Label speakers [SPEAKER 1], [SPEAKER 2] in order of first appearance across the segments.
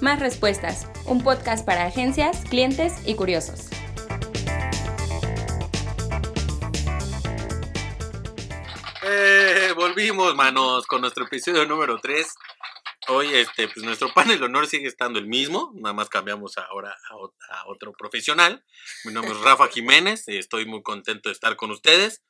[SPEAKER 1] Más Respuestas, un podcast para agencias, clientes y curiosos.
[SPEAKER 2] Eh, volvimos, manos, con nuestro episodio número 3. Hoy, este, pues nuestro panel honor sigue estando el mismo, nada más cambiamos ahora a, ot- a otro profesional. Mi nombre es Rafa Jiménez, eh, estoy muy contento de estar con ustedes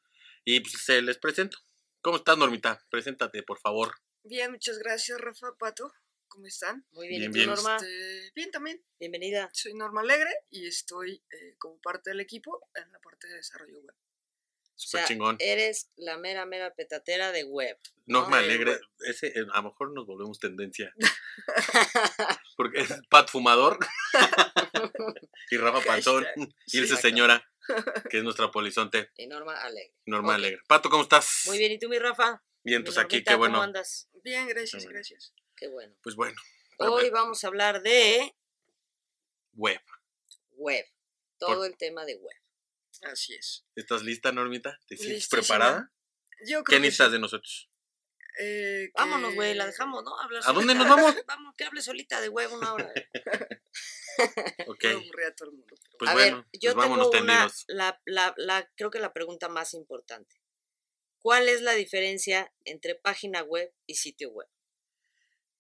[SPEAKER 2] y pues se les presento. ¿Cómo estás, Normita? Preséntate, por favor.
[SPEAKER 3] Bien, muchas gracias, Rafa, Pato. ¿Cómo están?
[SPEAKER 4] Muy bien,
[SPEAKER 2] Bien,
[SPEAKER 4] ¿y tú,
[SPEAKER 2] bien.
[SPEAKER 4] Norma?
[SPEAKER 3] Este, bien, también.
[SPEAKER 4] Bienvenida.
[SPEAKER 3] Soy Norma Alegre y estoy eh, como parte del equipo en la parte de desarrollo web.
[SPEAKER 2] Súper
[SPEAKER 4] O sea,
[SPEAKER 2] chingón.
[SPEAKER 4] Eres la mera, mera petatera de web.
[SPEAKER 2] No, me
[SPEAKER 4] eh,
[SPEAKER 2] alegra. Ese, eh, a lo mejor nos volvemos tendencia. Porque es Pat Fumador y Rafa Pantón
[SPEAKER 3] Hashtag.
[SPEAKER 2] y Ilse
[SPEAKER 4] Exacto.
[SPEAKER 2] Señora, que es nuestra polizonte.
[SPEAKER 4] Y Norma Alegre.
[SPEAKER 2] Norma
[SPEAKER 4] Ok.
[SPEAKER 2] Alegre. Pato, ¿cómo estás?
[SPEAKER 4] Muy bien, ¿y tú, mi Rafa?
[SPEAKER 2] Bien,
[SPEAKER 4] Mi
[SPEAKER 2] pues aquí,
[SPEAKER 4] Normita,
[SPEAKER 2] qué
[SPEAKER 4] ¿Cómo
[SPEAKER 2] bueno.
[SPEAKER 4] andas?
[SPEAKER 3] Bien, gracias,
[SPEAKER 2] Ah, bueno.
[SPEAKER 3] gracias.
[SPEAKER 4] Qué bueno.
[SPEAKER 2] Pues bueno, A
[SPEAKER 4] Hoy
[SPEAKER 2] ver.
[SPEAKER 4] vamos a hablar de
[SPEAKER 2] web.
[SPEAKER 4] web.
[SPEAKER 2] Por-
[SPEAKER 4] Todo el tema de web.
[SPEAKER 3] Así es.
[SPEAKER 2] ¿Estás lista, Normita? ¿Te sientes
[SPEAKER 3] Listísima.
[SPEAKER 2] preparada?
[SPEAKER 3] Yo creo
[SPEAKER 2] ¿Qué
[SPEAKER 3] que
[SPEAKER 2] necesitas
[SPEAKER 3] sí.
[SPEAKER 2] de nosotros?
[SPEAKER 3] Eh, que-
[SPEAKER 4] Vámonos, güey, la dejamos, ¿no? Habla
[SPEAKER 2] ¿A dónde nos
[SPEAKER 4] solita.
[SPEAKER 2] vamos?
[SPEAKER 4] Vamos, que hable solita de web una hora.
[SPEAKER 2] Ok,
[SPEAKER 3] Voy a aburrir a todo el mundo. pero-
[SPEAKER 2] pues
[SPEAKER 4] a
[SPEAKER 2] bueno,
[SPEAKER 4] ver, yo
[SPEAKER 2] pues vámonos
[SPEAKER 4] tengo una,
[SPEAKER 2] tendidos.
[SPEAKER 4] la, la, la, creo que la pregunta más importante. ¿Cuál es la diferencia entre página web y sitio web?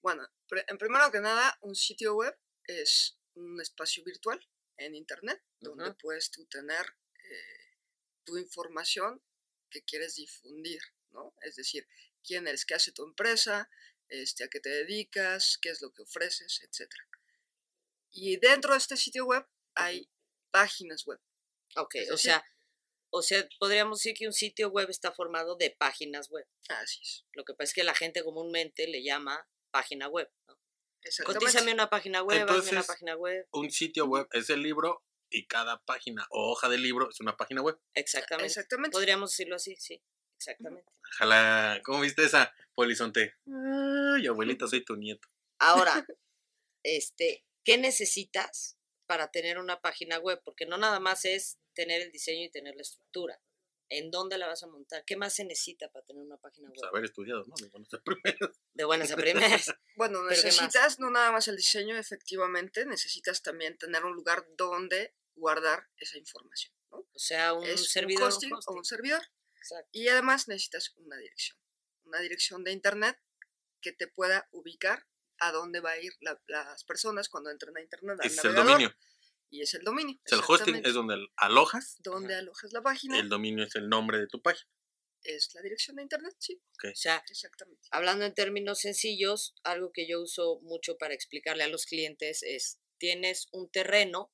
[SPEAKER 3] Bueno, pre- en primero que nada, un sitio web es un espacio virtual en Internet donde
[SPEAKER 4] Ujú.
[SPEAKER 3] puedes tú tener eh, tu información que quieres difundir, ¿no? Es decir, quién eres, qué hace tu empresa, este, a qué te dedicas, qué es lo que ofreces, etc. Y dentro de este sitio web hay páginas web.
[SPEAKER 4] Ok,
[SPEAKER 3] Es
[SPEAKER 4] o
[SPEAKER 3] decir-
[SPEAKER 4] sea, o sea, podríamos decir que un sitio web está formado de páginas web.
[SPEAKER 3] Así es.
[SPEAKER 4] Lo que pasa es que la gente comúnmente le llama página web. ¿no?
[SPEAKER 3] Exactamente.
[SPEAKER 4] Cotízame una página web, hazme una
[SPEAKER 2] Entonces-
[SPEAKER 4] página web.
[SPEAKER 2] Un sitio web es el libro y cada página o hoja del libro es una página web.
[SPEAKER 4] Exactamente.
[SPEAKER 3] Exactamente.
[SPEAKER 4] Podríamos decirlo así, sí. Exactamente.
[SPEAKER 2] Ojalá, ¿cómo viste esa polizonte? Ay, abuelita, soy tu nieto.
[SPEAKER 4] Ahora, este, ¿qué necesitas para tener una página web? Porque no nada más es tener el diseño y tener la estructura. ¿En dónde la vas a montar? ¿Qué más se necesita para tener una página
[SPEAKER 2] Pues
[SPEAKER 4] web?
[SPEAKER 2] haber estudiado, ¿no? Digo, no sé, primero.
[SPEAKER 4] De buenas a primeras.
[SPEAKER 3] Bueno,
[SPEAKER 4] ¿qué más?
[SPEAKER 3] necesitas no nada más el diseño, efectivamente, necesitas también tener un lugar donde guardar esa información. ¿no?
[SPEAKER 4] O sea, un
[SPEAKER 3] es
[SPEAKER 4] servidor.
[SPEAKER 3] un
[SPEAKER 4] un
[SPEAKER 3] hosting, o
[SPEAKER 4] hosting.
[SPEAKER 3] un servidor.
[SPEAKER 4] Exacto.
[SPEAKER 3] Y además necesitas una dirección. Una dirección de internet que te pueda ubicar a dónde va a ir la- las personas cuando entran a internet. al
[SPEAKER 2] Ese es el
[SPEAKER 3] navegador,
[SPEAKER 2] dominio.
[SPEAKER 3] Y es el dominio.
[SPEAKER 2] O sea, el hosting
[SPEAKER 3] exactamente.
[SPEAKER 2] es donde alojas,
[SPEAKER 3] Donde
[SPEAKER 4] Ajá.
[SPEAKER 3] alojas la página
[SPEAKER 2] el dominio es el nombre de tu página.
[SPEAKER 3] es la dirección de internet, sí,
[SPEAKER 4] O sea,
[SPEAKER 3] exactamente.
[SPEAKER 4] hablando en términos sencillos, algo que yo uso mucho para explicarle a los clientes es, tienes un terreno,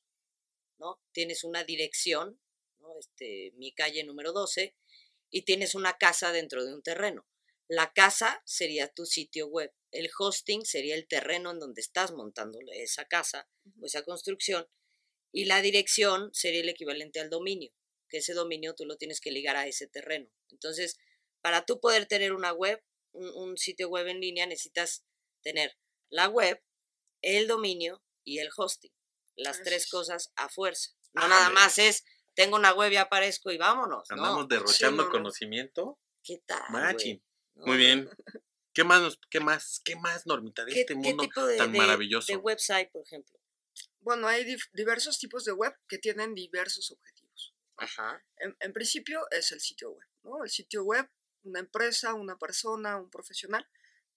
[SPEAKER 4] ¿no? Tienes una dirección, ¿no? Este, mi calle número 12, y tienes una casa dentro de un terreno. La casa sería tu sitio web, el hosting sería el terreno en donde estás montando esa casa o esa construcción, y la dirección sería el equivalente al dominio, que ese dominio tú lo tienes que ligar a ese terreno. Entonces, para tú poder tener una web, un, un sitio web en línea, necesitas tener la web, el dominio y el hosting. Las
[SPEAKER 3] Así
[SPEAKER 4] tres
[SPEAKER 3] es.
[SPEAKER 4] cosas a fuerza. No
[SPEAKER 2] Ah,
[SPEAKER 4] nada
[SPEAKER 2] mira.
[SPEAKER 4] más es, tengo una web y aparezco y vámonos.
[SPEAKER 2] Andamos
[SPEAKER 4] no,
[SPEAKER 2] derrochando
[SPEAKER 3] no, no.
[SPEAKER 2] conocimiento.
[SPEAKER 4] ¿qué tal? güey?
[SPEAKER 2] Machi.
[SPEAKER 4] No,
[SPEAKER 2] Muy
[SPEAKER 4] no,
[SPEAKER 2] bien. ¿Qué más, nos- qué más, qué más, Normita, de
[SPEAKER 4] ¿Qué,
[SPEAKER 2] este
[SPEAKER 4] qué
[SPEAKER 2] mundo?
[SPEAKER 4] tipo de,
[SPEAKER 2] tan
[SPEAKER 4] de-
[SPEAKER 2] maravilloso?
[SPEAKER 4] de website, por ejemplo?
[SPEAKER 3] Bueno, hay dif- diversos tipos de web que tienen diversos objetivos.
[SPEAKER 4] Ajá.
[SPEAKER 3] En, en principio es el sitio web, ¿no? El sitio web, una empresa, una persona, un profesional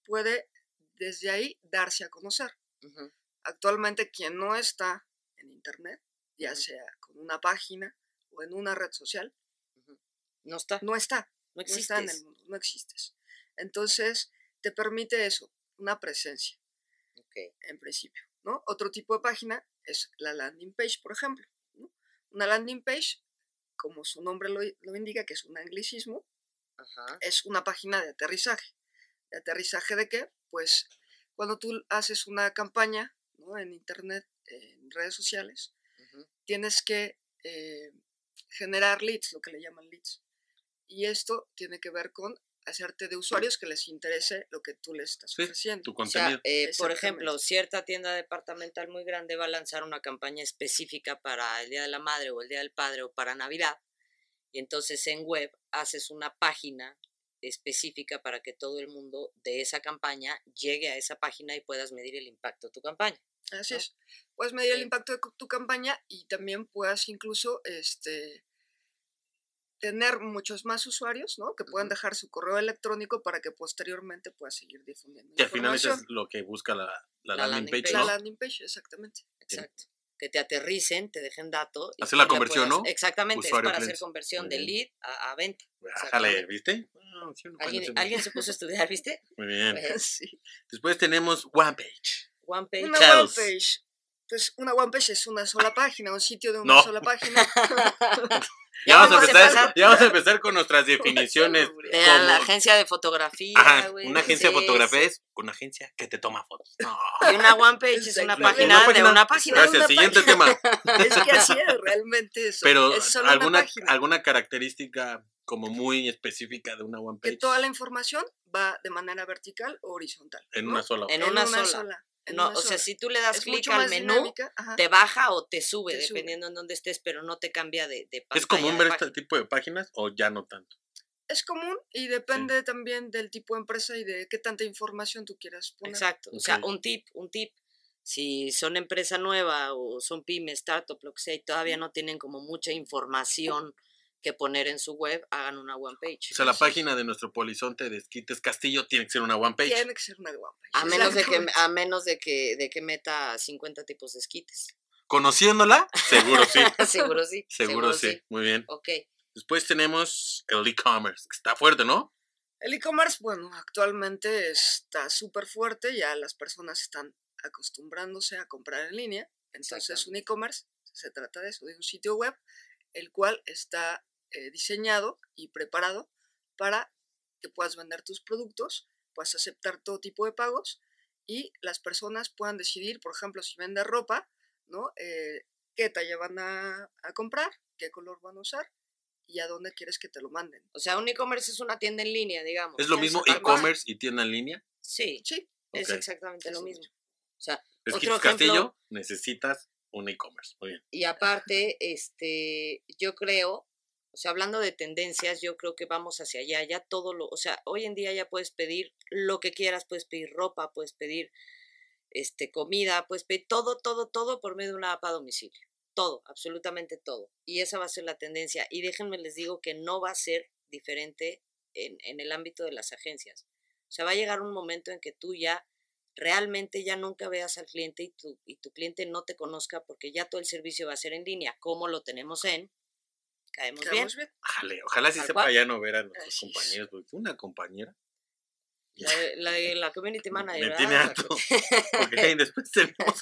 [SPEAKER 3] puede desde ahí darse a conocer.
[SPEAKER 4] ujú,
[SPEAKER 3] Actualmente quien no está en internet, ya sea con una página o en una red social,
[SPEAKER 4] No está,
[SPEAKER 3] no está,
[SPEAKER 4] no
[SPEAKER 3] no
[SPEAKER 4] existe.
[SPEAKER 3] está en el mundo, no existes. Entonces, te permite eso, una presencia en principio, ¿no? Otro tipo de página es la landing page, por ejemplo, ¿no? Una landing page, como su nombre lo, lo indica, que es un anglicismo,
[SPEAKER 4] Ajá.
[SPEAKER 3] es una página de aterrizaje. ¿De aterrizaje de qué? Pues cuando tú haces una campaña ¿no? en internet, eh, en redes sociales,
[SPEAKER 4] ujú,
[SPEAKER 3] tienes que eh, generar leads, lo que le llaman leads. Y esto tiene que ver con hacerte de usuarios que les interese lo que tú les estás
[SPEAKER 2] Sí,
[SPEAKER 3] ofreciendo.
[SPEAKER 2] Tu
[SPEAKER 4] O sea,
[SPEAKER 2] contenido.
[SPEAKER 4] eh, por
[SPEAKER 3] Exactamente.
[SPEAKER 4] ejemplo, cierta tienda departamental muy grande va a lanzar una campaña específica para el Día de la Madre o el Día del Padre o para Navidad. Y entonces en web haces una página específica para que todo el mundo de esa campaña llegue a esa página y puedas medir el impacto de tu campaña.
[SPEAKER 3] Así
[SPEAKER 4] ¿no?
[SPEAKER 3] es. Puedes medir el
[SPEAKER 4] Sí.
[SPEAKER 3] impacto de cu- tu campaña y también puedas incluso este, tener muchos más usuarios ¿no? que puedan
[SPEAKER 4] Ujú.
[SPEAKER 3] dejar su correo electrónico para que posteriormente puedas seguir difundiendo.
[SPEAKER 2] Que al final eso es
[SPEAKER 3] información.
[SPEAKER 2] lo que busca la, la
[SPEAKER 4] La
[SPEAKER 2] landing
[SPEAKER 4] landing
[SPEAKER 2] page,
[SPEAKER 4] page.
[SPEAKER 3] La
[SPEAKER 2] ¿no?
[SPEAKER 3] landing page, exactamente.
[SPEAKER 4] Exacto. Que te aterricen, te dejen dato. y
[SPEAKER 2] Hacer
[SPEAKER 4] tú
[SPEAKER 2] la conversión,
[SPEAKER 4] puedas-
[SPEAKER 2] ¿no?
[SPEAKER 4] Exactamente, es
[SPEAKER 2] Usuario
[SPEAKER 4] para hacer
[SPEAKER 2] cliente.
[SPEAKER 4] conversión
[SPEAKER 2] Muy
[SPEAKER 4] de
[SPEAKER 2] bien.
[SPEAKER 4] lead a, a venta.
[SPEAKER 2] Ájale,
[SPEAKER 4] Exactamente.
[SPEAKER 2] ¿viste? Ah, sí, una
[SPEAKER 4] ¿Alguien,
[SPEAKER 2] buena
[SPEAKER 4] alguien se puso a estudiar, ¿viste?
[SPEAKER 2] Muy bien.
[SPEAKER 4] Pues,
[SPEAKER 3] Sí.
[SPEAKER 2] Después tenemos one page.
[SPEAKER 4] One page.
[SPEAKER 3] Una
[SPEAKER 2] Chels.
[SPEAKER 3] one page. Pues una one page es una sola página, un sitio de una
[SPEAKER 2] No.
[SPEAKER 3] sola página.
[SPEAKER 2] Ya vamos, a
[SPEAKER 4] vamos a
[SPEAKER 2] empezar,
[SPEAKER 4] empezar.
[SPEAKER 2] ya vamos a empezar con nuestras definiciones.
[SPEAKER 4] De
[SPEAKER 2] Como-
[SPEAKER 4] la agencia de fotografía,
[SPEAKER 2] Ajá,
[SPEAKER 4] güey,
[SPEAKER 2] una agencia de
[SPEAKER 4] sí,
[SPEAKER 2] fotografía
[SPEAKER 4] sí.
[SPEAKER 2] es una agencia que te toma fotos. No.
[SPEAKER 4] Y una one page es una
[SPEAKER 3] Exactamente.
[SPEAKER 4] página
[SPEAKER 2] Una
[SPEAKER 4] de
[SPEAKER 2] página.
[SPEAKER 4] una página.
[SPEAKER 2] Gracias,
[SPEAKER 3] una
[SPEAKER 2] siguiente
[SPEAKER 3] página.
[SPEAKER 2] tema.
[SPEAKER 3] Es que así es realmente eso.
[SPEAKER 2] Pero
[SPEAKER 3] es solo una
[SPEAKER 2] alguna,
[SPEAKER 3] página.
[SPEAKER 2] alguna característica como muy específica de una one
[SPEAKER 3] Que
[SPEAKER 2] page
[SPEAKER 3] toda la información va de manera vertical o horizontal.
[SPEAKER 2] en
[SPEAKER 3] ¿no?
[SPEAKER 2] una sola.
[SPEAKER 4] En una sola.
[SPEAKER 3] en
[SPEAKER 4] No,
[SPEAKER 3] una
[SPEAKER 4] o
[SPEAKER 3] sola.
[SPEAKER 4] sea, si tú le das
[SPEAKER 3] es
[SPEAKER 4] clic
[SPEAKER 3] mucho
[SPEAKER 4] al
[SPEAKER 3] más
[SPEAKER 4] menú,
[SPEAKER 3] dinámica. ajá.
[SPEAKER 4] te baja o te sube,
[SPEAKER 3] Te sube.
[SPEAKER 4] dependiendo en dónde estés, pero no te cambia de, de
[SPEAKER 2] ¿Es
[SPEAKER 4] pantalla
[SPEAKER 2] común
[SPEAKER 4] de
[SPEAKER 2] ver este
[SPEAKER 4] página.
[SPEAKER 2] tipo de páginas o ya no tanto?
[SPEAKER 3] Es común y depende también del tipo de empresa y de qué tanta información tú quieras poner.
[SPEAKER 4] Exacto. O sea,
[SPEAKER 2] Ok.
[SPEAKER 4] un tip, un tip. Si son empresa nueva o son pyme, startup, lo que sea, y todavía no tienen como mucha información que poner en su web, hagan una one page.
[SPEAKER 2] O sea, la página de nuestro polizonte de Esquites Castillo tiene que ser una one page.
[SPEAKER 3] Tiene que ser una guapa.
[SPEAKER 4] A menos, de que, a menos de que, de que meta 50 tipos de esquites.
[SPEAKER 2] Conociéndola, seguro sí.
[SPEAKER 4] seguro sí.
[SPEAKER 2] Seguro sí. Muy bien.
[SPEAKER 4] Ok.
[SPEAKER 2] Después tenemos el e-commerce, que está fuerte, ¿no?
[SPEAKER 3] El e-commerce, bueno, actualmente está súper fuerte, ya las personas están acostumbrándose a comprar en línea. Entonces, un e-commerce se trata de eso, de un sitio web, el cual está eh, diseñado y preparado para que puedas vender tus productos, puedas aceptar todo tipo de pagos y las personas puedan decidir, por ejemplo, si venden ropa, ¿no? Eh, qué talla van a, a comprar, qué color van a usar y a dónde quieres que te lo manden.
[SPEAKER 4] O sea, un e-commerce es una tienda en línea, digamos.
[SPEAKER 2] Es lo
[SPEAKER 4] Tienes
[SPEAKER 2] mismo
[SPEAKER 4] otra página.
[SPEAKER 2] e-commerce y tienda en línea.
[SPEAKER 4] Sí,
[SPEAKER 3] Sí,
[SPEAKER 2] Ok.
[SPEAKER 4] es exactamente
[SPEAKER 3] Sí,
[SPEAKER 4] lo
[SPEAKER 3] sí,
[SPEAKER 4] mismo. Otro
[SPEAKER 2] Esquites
[SPEAKER 4] ejemplo-
[SPEAKER 2] Castillo, necesitas un e-commerce. Muy bien.
[SPEAKER 4] Y aparte, este, yo creo, o sea, hablando de tendencias, yo creo que vamos hacia allá, ya todo lo, o sea, hoy en día ya puedes pedir lo que quieras, puedes pedir ropa, puedes pedir este comida, puedes pedir todo, todo, todo por medio de una app a domicilio. Todo, absolutamente todo. Y esa va a ser la tendencia. Y déjenme les digo que no va a ser diferente en, en el ámbito de las agencias. O sea, va a llegar un momento en que tú ya realmente ya nunca veas al cliente y tu, y tu cliente no te conozca porque ya todo el servicio va a ser en línea, como lo tenemos en Caemos Bien.
[SPEAKER 3] quedamos bien.
[SPEAKER 2] Ojalá, ojalá sí
[SPEAKER 4] Tal
[SPEAKER 2] sepa
[SPEAKER 4] cual.
[SPEAKER 2] ya no ver a nuestros
[SPEAKER 3] Así es.
[SPEAKER 2] compañeros, porque una compañera
[SPEAKER 4] La, de- la, de la community manager.
[SPEAKER 2] me
[SPEAKER 4] ¿verdad?
[SPEAKER 2] tiene
[SPEAKER 4] La que-
[SPEAKER 2] harto. Ok, después tenemos,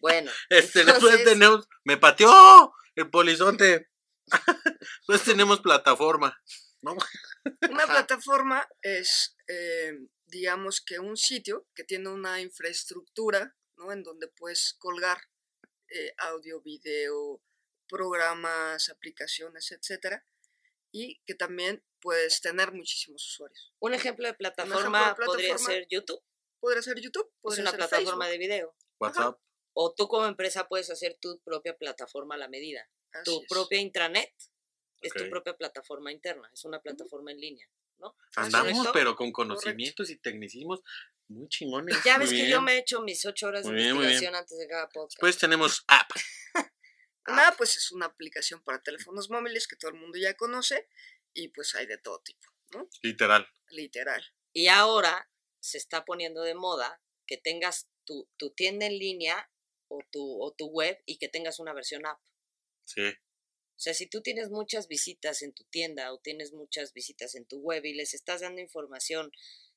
[SPEAKER 4] Bueno,
[SPEAKER 2] este, después
[SPEAKER 4] Entonces-
[SPEAKER 2] tenemos, me pateó el polizonte. después tenemos plataforma. ¿no?
[SPEAKER 3] Una
[SPEAKER 4] Ajá.
[SPEAKER 3] plataforma es, eh, digamos que un sitio que tiene una infraestructura, ¿no? En donde puedes colgar eh, audio, video, programas, aplicaciones, etcétera, y que también puedes tener muchísimos usuarios.
[SPEAKER 4] un ejemplo de plataforma, podría
[SPEAKER 3] plataforma
[SPEAKER 4] ser YouTube.
[SPEAKER 3] Podría ser YouTube,
[SPEAKER 4] Es
[SPEAKER 3] podría
[SPEAKER 4] una
[SPEAKER 3] ser
[SPEAKER 4] plataforma
[SPEAKER 3] Facebook,
[SPEAKER 4] de video.
[SPEAKER 2] WhatsApp.
[SPEAKER 4] O tú como empresa puedes hacer tu propia plataforma a la medida.
[SPEAKER 3] así
[SPEAKER 4] Tu
[SPEAKER 3] es.
[SPEAKER 4] propia intranet es
[SPEAKER 2] Ok.
[SPEAKER 4] tu propia plataforma interna. Es una plataforma en línea.
[SPEAKER 3] Así
[SPEAKER 2] Andamos,
[SPEAKER 4] es.
[SPEAKER 2] pero con conocimientos y tecnicismos muy chingones.
[SPEAKER 4] Ya
[SPEAKER 2] Muy
[SPEAKER 4] ves que yo
[SPEAKER 2] bien.
[SPEAKER 4] me he hecho mis ocho horas
[SPEAKER 2] Muy
[SPEAKER 4] de
[SPEAKER 2] bien, Pues muy bien.
[SPEAKER 4] investigación antes de cada podcast.
[SPEAKER 2] Después tenemos app.
[SPEAKER 3] Una pues es una aplicación para teléfonos móviles que todo el mundo ya conoce y pues hay de todo tipo,
[SPEAKER 2] Literal.
[SPEAKER 3] literal.
[SPEAKER 4] Y ahora se está poniendo de moda que tengas tu, tu tienda en línea o tu, o tu web y que tengas una versión app.
[SPEAKER 2] Sí.
[SPEAKER 4] O sea, si tú tienes muchas visitas en tu tienda o tienes muchas visitas en tu web y les estás dando información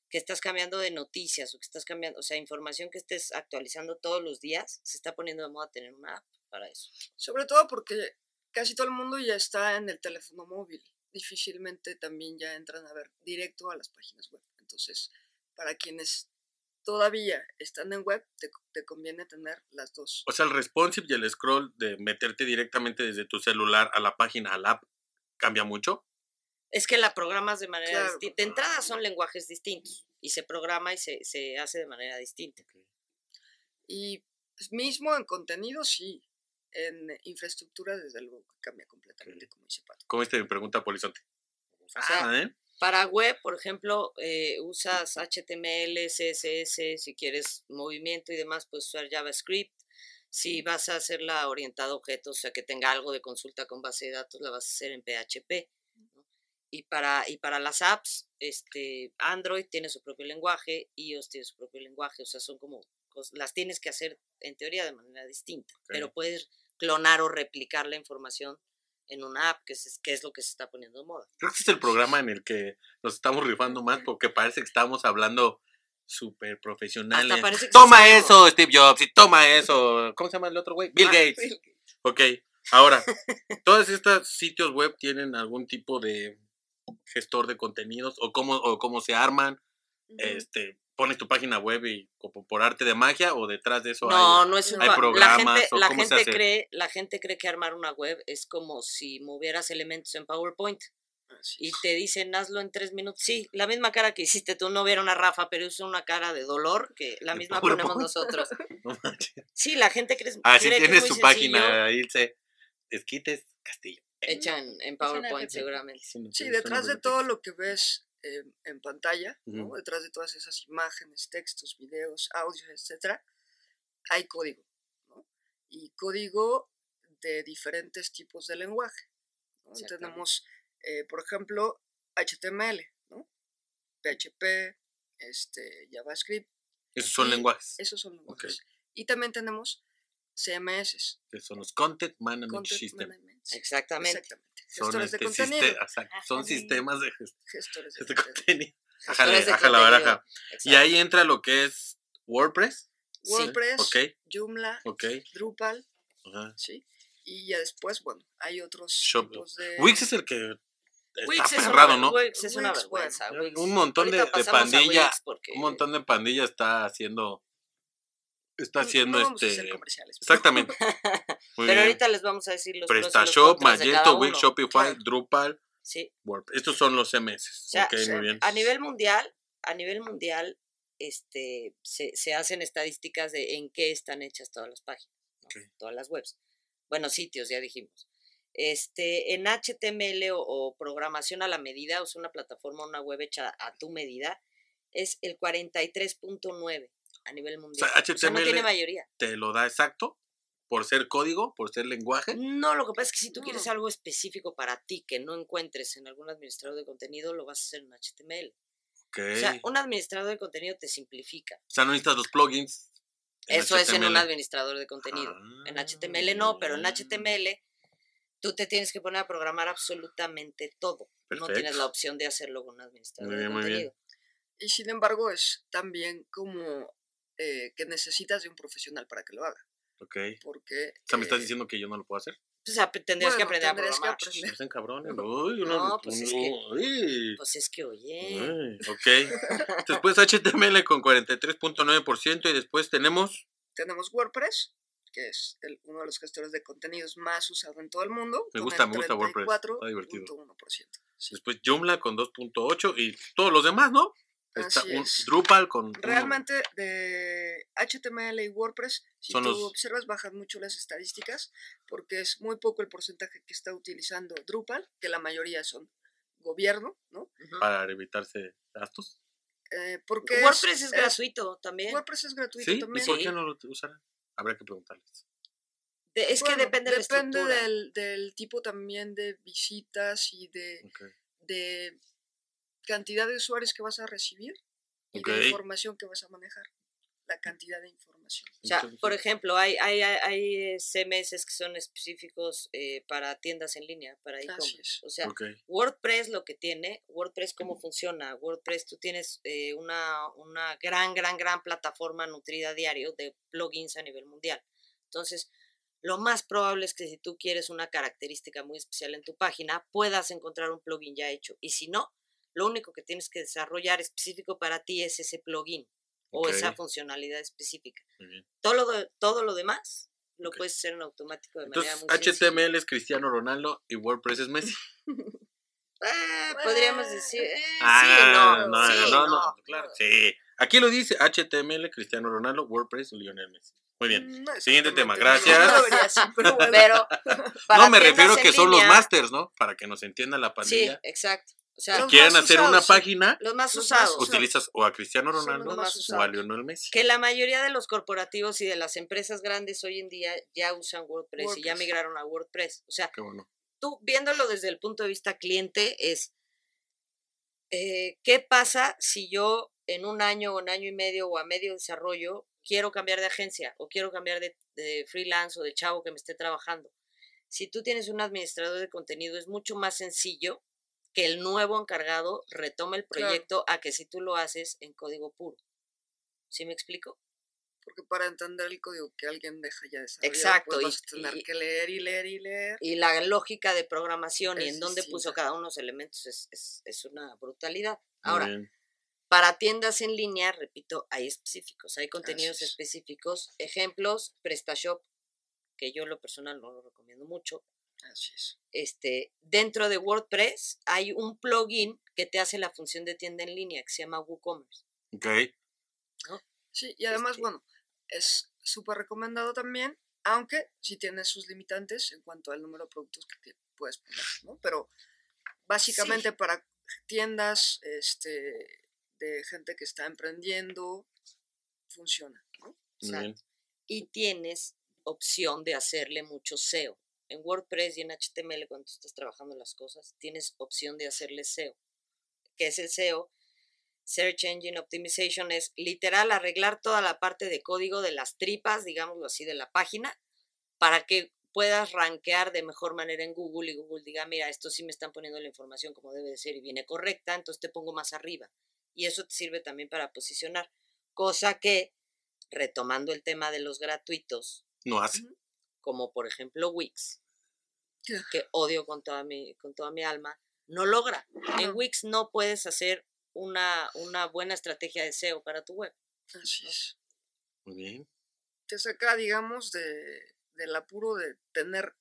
[SPEAKER 4] que estás cambiando de noticias o que estás cambiando, o sea, información que estés actualizando todos los días, se está poniendo de moda tener una app para eso.
[SPEAKER 3] Sobre todo porque casi todo el mundo ya está en el teléfono móvil. Difícilmente también ya entran a ver directo a las páginas web. Entonces, para quienes todavía están en web, te, te conviene tener las dos.
[SPEAKER 2] O sea, el responsive y el scroll de meterte directamente desde tu celular a la página, al app, cambia mucho.
[SPEAKER 4] Es que la programas de manera
[SPEAKER 3] Claro.
[SPEAKER 4] distinta. De entrada son lenguajes distintos y se programa y se, se hace de manera distinta.
[SPEAKER 3] Y pues, mismo en contenido, sí. En infraestructura, desde luego, que cambia completamente, como dice Pato.
[SPEAKER 2] ¿Cómo viste mi pregunta, Polizonte? O sea, ¿eh?
[SPEAKER 4] Para web, por ejemplo, eh, usas HTML, CSS, si quieres movimiento y demás, puedes usar JavaScript. Si vas a hacerla orientada a objetos, o sea, que tenga algo de consulta con base de datos, la vas a hacer en PHP. ¿no? Y para, y para las apps, este, Android tiene su propio lenguaje, iOS tiene su propio lenguaje, o sea, son como, cos- las tienes que hacer en teoría de manera distinta, pero puedes clonar o replicar la información en una app, que es, que es lo que se está poniendo de moda.
[SPEAKER 2] Creo que este es el programa en el que nos estamos rifando más porque parece que estamos hablando súper profesionales.
[SPEAKER 4] Hasta parece que
[SPEAKER 2] toma
[SPEAKER 4] sí,
[SPEAKER 2] eso, Steve Jobs, y toma eso. ¿Cómo se llama el otro güey? Bill
[SPEAKER 4] Ah,
[SPEAKER 2] Gates.
[SPEAKER 4] Bill
[SPEAKER 2] Ok, ahora, ¿todos estos sitios web tienen algún tipo de gestor de contenidos o cómo, o cómo se arman?
[SPEAKER 3] Ujú.
[SPEAKER 2] Este, ¿Pones tu página web y como por arte de magia o detrás de eso
[SPEAKER 4] no,
[SPEAKER 2] hay...?
[SPEAKER 4] no es un
[SPEAKER 2] hay
[SPEAKER 4] fa- La
[SPEAKER 2] programas,
[SPEAKER 4] gente,
[SPEAKER 2] o
[SPEAKER 4] la
[SPEAKER 2] cómo se
[SPEAKER 4] gente
[SPEAKER 2] hace?
[SPEAKER 4] cree, la gente cree que armar una web es como si movieras elementos en PowerPoint
[SPEAKER 3] Así
[SPEAKER 4] y
[SPEAKER 3] es.
[SPEAKER 4] te dicen hazlo en tres minutos. Sí, la misma cara que hiciste tú no vieron a Rafa, pero es una cara de dolor que la
[SPEAKER 2] ¿De
[SPEAKER 4] misma
[SPEAKER 2] PowerPoint?
[SPEAKER 4] ponemos nosotros.
[SPEAKER 2] No manches.
[SPEAKER 4] Sí, la gente cree.
[SPEAKER 2] Ah, sí
[SPEAKER 4] cree que es
[SPEAKER 2] tiene
[SPEAKER 4] muy
[SPEAKER 2] su
[SPEAKER 4] sencillo,
[SPEAKER 2] página, Ilse. Esquites Castillo.
[SPEAKER 4] Hecha en, en PowerPoint
[SPEAKER 1] réplica.
[SPEAKER 4] seguramente.
[SPEAKER 2] Es una-
[SPEAKER 3] Sí,
[SPEAKER 2] es una
[SPEAKER 3] detrás de
[SPEAKER 2] biblioteca.
[SPEAKER 3] todo lo que ves eh, en pantalla, ¿no?
[SPEAKER 2] Ujú.
[SPEAKER 3] detrás de todas esas imágenes, textos, videos, audios, etcétera, hay código. ¿no? Y código de diferentes tipos de lenguaje. ¿no?
[SPEAKER 4] Exactamente.
[SPEAKER 3] Tenemos, eh, por ejemplo, HTML, ¿no? PHP, este, JavaScript,
[SPEAKER 2] Esos son
[SPEAKER 3] Y-
[SPEAKER 2] lenguajes.
[SPEAKER 3] esos son lenguajes. Y también tenemos CMS,
[SPEAKER 2] que son los Content Management
[SPEAKER 3] Content
[SPEAKER 2] System.
[SPEAKER 3] Management.
[SPEAKER 4] Exactamente.
[SPEAKER 3] Exactamente.
[SPEAKER 2] Son,
[SPEAKER 3] Gestores de
[SPEAKER 2] este
[SPEAKER 3] contenido.
[SPEAKER 2] siste- exacto, son
[SPEAKER 4] Ajá.
[SPEAKER 2] sistemas de gest-
[SPEAKER 3] Gestores de
[SPEAKER 2] de
[SPEAKER 3] contenido.
[SPEAKER 2] contenido. Ajá,
[SPEAKER 4] Gestores de
[SPEAKER 2] ajá, la
[SPEAKER 4] contenido,
[SPEAKER 2] baraja. Y
[SPEAKER 4] exacto.
[SPEAKER 2] ahí entra lo que es WordPress.
[SPEAKER 4] Sí.
[SPEAKER 3] WordPress,
[SPEAKER 2] Ok,
[SPEAKER 3] Joomla,
[SPEAKER 2] ok.
[SPEAKER 3] Drupal,
[SPEAKER 2] ajá.
[SPEAKER 3] ¿sí? Y ya después, bueno, hay otros
[SPEAKER 2] Shop-
[SPEAKER 3] tipos de...
[SPEAKER 2] Wix es el que está
[SPEAKER 4] Eh, Wix es una
[SPEAKER 2] cerrado,
[SPEAKER 4] ver-
[SPEAKER 2] ¿no?
[SPEAKER 4] Wix es una
[SPEAKER 3] Wix,
[SPEAKER 4] vergüenza.
[SPEAKER 2] bueno,
[SPEAKER 4] Wix.
[SPEAKER 2] un montón de-
[SPEAKER 4] Ahorita
[SPEAKER 2] de
[SPEAKER 4] pasamos a
[SPEAKER 2] pandilla,
[SPEAKER 4] Wix porque-
[SPEAKER 2] Un montón de pandilla está haciendo. Está
[SPEAKER 3] No-
[SPEAKER 2] haciendo
[SPEAKER 3] no vamos a hacer
[SPEAKER 2] este.
[SPEAKER 3] comerciales.
[SPEAKER 2] Exactamente. Muy
[SPEAKER 4] Pero
[SPEAKER 2] bien.
[SPEAKER 4] ahorita les vamos a decir los pros y los
[SPEAKER 2] PrestaShop,
[SPEAKER 4] contras de cada
[SPEAKER 2] Magento, Wix,
[SPEAKER 4] uno.
[SPEAKER 2] Shopify,
[SPEAKER 4] Claro,
[SPEAKER 2] Drupal,
[SPEAKER 4] sí.
[SPEAKER 2] WordPress. Estos son los MS.
[SPEAKER 4] O sea,
[SPEAKER 2] ok,
[SPEAKER 3] o sea,
[SPEAKER 2] muy bien.
[SPEAKER 4] A nivel mundial, a nivel mundial, este, se, se hacen estadísticas de en qué están hechas todas las páginas, ¿no?
[SPEAKER 2] Ok.
[SPEAKER 4] todas las webs. Bueno, sitios, ya dijimos. Este, en HTML o, o programación a la medida, o sea, una plataforma, una web hecha a tu medida, es el 43.9 a nivel mundial. O sea, no tiene
[SPEAKER 2] HTML.
[SPEAKER 4] mayoría.
[SPEAKER 2] te lo da exacto por ser código, por ser lenguaje.
[SPEAKER 4] No, lo que pasa es que si tú quieres
[SPEAKER 3] No.
[SPEAKER 4] algo específico para ti que no encuentres en algún administrador de contenido, lo vas a hacer en HTML.
[SPEAKER 2] Ok.
[SPEAKER 4] O sea, un administrador de contenido te simplifica.
[SPEAKER 2] no necesitas los plugins. en
[SPEAKER 4] Eso es en un
[SPEAKER 2] HTML.
[SPEAKER 4] administrador de contenido. En
[SPEAKER 2] Ah,
[SPEAKER 4] HTML no, pero en
[SPEAKER 2] ya.
[SPEAKER 4] HTML tú te tienes que poner a programar absolutamente todo. No tienes
[SPEAKER 2] Perfecto.
[SPEAKER 4] la opción de hacerlo con un administrador
[SPEAKER 2] Muy bien,
[SPEAKER 4] de
[SPEAKER 2] muy bien.
[SPEAKER 4] contenido.
[SPEAKER 3] Y sin embargo, es también como eh, que necesitas de un profesional para que lo haga.
[SPEAKER 2] Ok. O
[SPEAKER 3] Porque...
[SPEAKER 2] sea, me estás
[SPEAKER 3] eh,
[SPEAKER 2] diciendo que yo no lo puedo hacer.
[SPEAKER 4] O sea, pe- tendrías que
[SPEAKER 3] Bueno,
[SPEAKER 4] aprender a
[SPEAKER 3] tendrías que
[SPEAKER 4] programar.
[SPEAKER 3] aprender.
[SPEAKER 2] No sean cabrones. Uy,
[SPEAKER 4] pues, No, pues es que-
[SPEAKER 2] uy.
[SPEAKER 4] Pues es que, oye,
[SPEAKER 2] Uy, ok. Después HTML con 43.9% y después tenemos
[SPEAKER 3] Tenemos WordPress, que es el- uno de los gestores de contenidos más usado en todo el mundo.
[SPEAKER 2] Me
[SPEAKER 3] con
[SPEAKER 2] gusta,
[SPEAKER 3] el
[SPEAKER 2] me gusta WordPress, está divertido.
[SPEAKER 3] 34.1%.
[SPEAKER 2] después Joomla con 2.8 y todos los demás, ¿no? Está
[SPEAKER 3] Así
[SPEAKER 2] un
[SPEAKER 3] es.
[SPEAKER 2] Drupal con uno.
[SPEAKER 3] Realmente de HTML y WordPress, si
[SPEAKER 2] Son
[SPEAKER 3] tú
[SPEAKER 2] los-
[SPEAKER 3] observas, bajan mucho las estadísticas porque es muy poco el porcentaje que está utilizando Drupal, que la mayoría son gobierno, ¿no?
[SPEAKER 4] Ah,
[SPEAKER 2] para evitarse gastos.
[SPEAKER 3] Eh, porque
[SPEAKER 4] WordPress es
[SPEAKER 3] eh,
[SPEAKER 4] gratuito también.
[SPEAKER 3] WordPress es gratuito
[SPEAKER 2] ¿Sí? ¿Y
[SPEAKER 3] también.
[SPEAKER 2] por
[SPEAKER 4] Sí.
[SPEAKER 2] qué no lo usarán? Habrá que preguntarles.
[SPEAKER 4] De- es
[SPEAKER 3] Bueno,
[SPEAKER 4] que depende, de la
[SPEAKER 3] depende
[SPEAKER 4] estructura.
[SPEAKER 3] del, del tipo también de visitas y de,
[SPEAKER 2] Ok.
[SPEAKER 3] de cantidad de usuarios que vas a recibir y
[SPEAKER 2] Ok.
[SPEAKER 3] de información que vas a manejar. La cantidad de información.
[SPEAKER 4] O sea,
[SPEAKER 2] Entonces-
[SPEAKER 4] por ejemplo, hay, hay, hay- hay eh, CMS que son específicos eh, para tiendas en línea, para
[SPEAKER 3] Así
[SPEAKER 4] e-commerce.
[SPEAKER 3] es.
[SPEAKER 4] O sea,
[SPEAKER 2] Ok.
[SPEAKER 4] WordPress lo que tiene, WordPress cómo funciona. WordPress tú tienes eh, una, una gran, gran, gran plataforma nutrida a diario de plugins a nivel mundial. Entonces, lo más probable es que si tú quieres una característica muy especial en tu página, puedas encontrar un plugin ya hecho. Y si no, lo único que tienes que desarrollar específico para ti es ese plugin o
[SPEAKER 2] Ok.
[SPEAKER 4] esa funcionalidad específica.
[SPEAKER 2] Muy bien.
[SPEAKER 4] Todo lo, de- todo lo demás lo
[SPEAKER 2] Ok.
[SPEAKER 4] puedes hacer en automático de
[SPEAKER 2] Entonces,
[SPEAKER 4] manera muy sencilla.
[SPEAKER 2] HTML es Cristiano Ronaldo y WordPress es Messi.
[SPEAKER 4] Ah, podríamos decir, eh, sí,
[SPEAKER 2] Ah,
[SPEAKER 4] no, sí, no,
[SPEAKER 2] claro. Sí. Aquí lo dice HTML, Cristiano Ronaldo, WordPress, Lionel Messi. Muy bien.
[SPEAKER 3] Mm, No
[SPEAKER 2] Siguiente tema, gracias.
[SPEAKER 3] exactamente, no, no debería ser, pero bueno.
[SPEAKER 4] Pero para
[SPEAKER 2] no, me
[SPEAKER 4] tiendas
[SPEAKER 2] refiero
[SPEAKER 4] en
[SPEAKER 2] que son los
[SPEAKER 4] línea-
[SPEAKER 2] masters, ¿no? Para que nos entienda la
[SPEAKER 4] Sí,
[SPEAKER 2] pandilla.
[SPEAKER 4] exacto. O sea,
[SPEAKER 3] Los
[SPEAKER 2] Quieren
[SPEAKER 3] más
[SPEAKER 2] hacer una
[SPEAKER 3] usados, sí.
[SPEAKER 2] página,
[SPEAKER 4] los más
[SPEAKER 3] los más
[SPEAKER 4] usados.
[SPEAKER 3] usados.
[SPEAKER 2] utilizas o a Cristiano
[SPEAKER 3] Son los
[SPEAKER 2] Ronaldo
[SPEAKER 4] más
[SPEAKER 2] o a
[SPEAKER 3] usados.
[SPEAKER 2] Lionel Messi.
[SPEAKER 4] Que la mayoría de los corporativos y de las empresas grandes hoy en día ya usan WordPress, y ya
[SPEAKER 3] WordPress.
[SPEAKER 4] migraron a WordPress. O sea,
[SPEAKER 2] Qué bueno.
[SPEAKER 4] tú viéndolo desde el punto de vista cliente es, eh, ¿qué pasa si yo en un año o un año y medio o a medio desarrollo quiero cambiar de agencia o quiero cambiar de, de freelance o de chavo que me esté trabajando? Si tú tienes un administrador de contenido es mucho más sencillo que el nuevo encargado retome el
[SPEAKER 3] Claro.
[SPEAKER 4] proyecto a que si tú lo haces en código puro. ¿Sí me explico?
[SPEAKER 3] Porque para entender el código que alguien deja ya desarrollado,
[SPEAKER 4] Exacto,
[SPEAKER 3] pues
[SPEAKER 4] y-
[SPEAKER 3] vas a tener
[SPEAKER 4] y-
[SPEAKER 3] que leer y leer y leer.
[SPEAKER 4] y la lógica de programación y
[SPEAKER 3] Es
[SPEAKER 4] en dónde puso
[SPEAKER 3] distinta.
[SPEAKER 4] cada uno de los elementos es, es- es una brutalidad.
[SPEAKER 2] Muy
[SPEAKER 4] Ahora,
[SPEAKER 2] bien.
[SPEAKER 4] para tiendas en línea, repito, hay específicos, hay contenidos
[SPEAKER 3] es.
[SPEAKER 4] específicos. Ejemplos, PrestaShop, que yo en lo personal no lo recomiendo mucho.
[SPEAKER 3] Así es.
[SPEAKER 4] Este, dentro de WordPress hay un plugin que te hace la función de tienda en línea que se llama WooCommerce.
[SPEAKER 2] Ok.
[SPEAKER 3] Sí, y además,
[SPEAKER 4] Este-
[SPEAKER 3] bueno, es súper recomendado también, aunque sí tiene sus limitantes en cuanto al número de productos que te puedes poner, ¿no? Pero básicamente para tiendas este, de gente que está emprendiendo, funciona, ¿no?
[SPEAKER 4] O
[SPEAKER 2] Muy
[SPEAKER 4] sea,
[SPEAKER 2] bien.
[SPEAKER 4] y tienes opción de hacerle mucho SEO. En WordPress y en HTML, cuando tú estás trabajando las cosas, tienes opción de hacerle SEO. ¿Qué es el SEO? Search Engine Optimization es literal arreglar toda la parte de código de las tripas, digámoslo así, de la página, para que puedas rankear de mejor manera en Google y Google diga, mira, esto sí me están poniendo la información como debe de ser y viene correcta, entonces te pongo más arriba. Y eso te sirve también para posicionar, cosa que retomando el tema de los gratuitos,
[SPEAKER 2] No hace.
[SPEAKER 4] como por ejemplo Wix,
[SPEAKER 3] Ya.
[SPEAKER 4] que odio con toda mi, con toda mi alma, no logra. En
[SPEAKER 3] No.
[SPEAKER 4] Wix no puedes hacer una, una buena estrategia de SEO para tu
[SPEAKER 3] Ah,
[SPEAKER 4] web.
[SPEAKER 3] Así es.
[SPEAKER 2] Muy bien.
[SPEAKER 3] te saca, digamos, de, del apuro de tener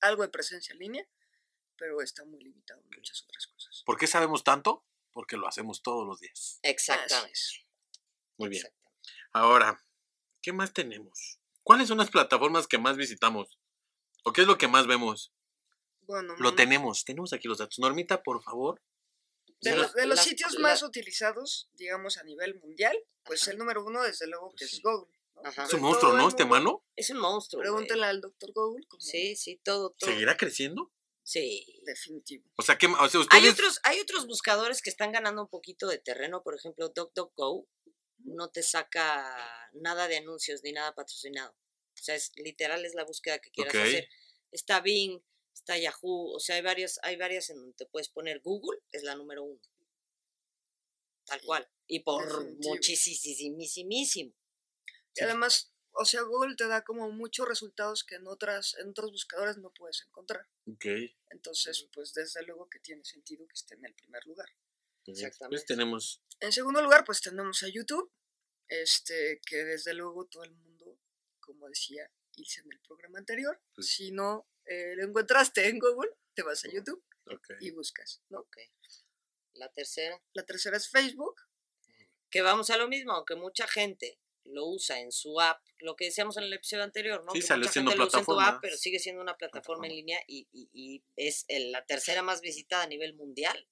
[SPEAKER 3] algo de presencia en línea, pero está muy limitado en muchas otras cosas.
[SPEAKER 2] ¿Por qué sabemos tanto? Porque lo hacemos todos los días.
[SPEAKER 4] Exactamente.
[SPEAKER 3] Así
[SPEAKER 2] Muy bien.
[SPEAKER 4] exactamente.
[SPEAKER 2] Ahora, ¿qué más tenemos? ¿Cuáles son las plataformas que más visitamos? ¿O qué es lo que más vemos?
[SPEAKER 3] es. Bueno,
[SPEAKER 2] Lo
[SPEAKER 3] mm,
[SPEAKER 2] tenemos, tenemos aquí los datos. Normita, por favor.
[SPEAKER 3] de,
[SPEAKER 2] dinos-
[SPEAKER 3] los- de los
[SPEAKER 4] Las-
[SPEAKER 3] sitios
[SPEAKER 4] la-
[SPEAKER 3] más utilizados, digamos, a nivel mundial, pues
[SPEAKER 4] Ajá.
[SPEAKER 3] el número uno, desde luego,
[SPEAKER 2] Pues
[SPEAKER 3] que
[SPEAKER 2] sí.
[SPEAKER 3] es Google. ¿no?
[SPEAKER 4] Ajá.
[SPEAKER 2] Es
[SPEAKER 3] Pero
[SPEAKER 2] un monstruo,
[SPEAKER 3] todo el
[SPEAKER 2] ¿no? Este
[SPEAKER 3] mundo-
[SPEAKER 2] mano.
[SPEAKER 4] Es un monstruo. güey.
[SPEAKER 3] Pregúntenle al doctor Google como
[SPEAKER 4] Oh, Sí, sí, todo, todo.
[SPEAKER 2] ¿Seguirá creciendo?
[SPEAKER 4] Sí.
[SPEAKER 3] definitivo.
[SPEAKER 2] O sea, ¿qué, ma- o sea ustedes...
[SPEAKER 4] Hay otros, hay otros buscadores que están ganando un poquito de terreno, por ejemplo, DuckDuckGo no te saca nada de anuncios ni nada patrocinado. O sea, es literal es la búsqueda que quieras
[SPEAKER 2] Ok.
[SPEAKER 4] hacer. Está Bing, está Yahoo, o sea, hay varias, hay varias en donde te puedes poner Google, es la número uno. Tal cual. Y por
[SPEAKER 3] Definitivo.
[SPEAKER 4] muchísimo.
[SPEAKER 3] Y además, o sea, Google te da como muchos resultados que en, otras, en otros buscadores no puedes encontrar.
[SPEAKER 2] Ok, muy
[SPEAKER 3] Entonces, pues desde luego que tiene sentido que esté en el primer lugar.
[SPEAKER 2] bien. Entonces
[SPEAKER 4] Exactamente.
[SPEAKER 2] tenemos...
[SPEAKER 3] En segundo lugar, pues tenemos a YouTube, este, que desde luego todo el mundo, como decía Ilse en el programa anterior,
[SPEAKER 2] Sí.
[SPEAKER 4] Pues
[SPEAKER 3] si no eh, lo encontraste en Google, te vas a
[SPEAKER 2] Ujú.
[SPEAKER 3] YouTube
[SPEAKER 2] ok.
[SPEAKER 3] y buscas, ¿no?
[SPEAKER 4] Ok. La tercera.
[SPEAKER 3] La tercera es Facebook,
[SPEAKER 4] Que vamos a lo mismo, aunque mucha gente lo usa en su app, lo que decíamos en el episodio anterior, ¿no?
[SPEAKER 2] Sí,
[SPEAKER 4] que
[SPEAKER 2] salió
[SPEAKER 4] mucha
[SPEAKER 2] siendo
[SPEAKER 4] gente lo usa en tu app,
[SPEAKER 2] plataforma.
[SPEAKER 4] pero sigue siendo una plataforma
[SPEAKER 2] Plataforma.
[SPEAKER 4] en línea y, y- y es el- la tercera más visitada a nivel mundial.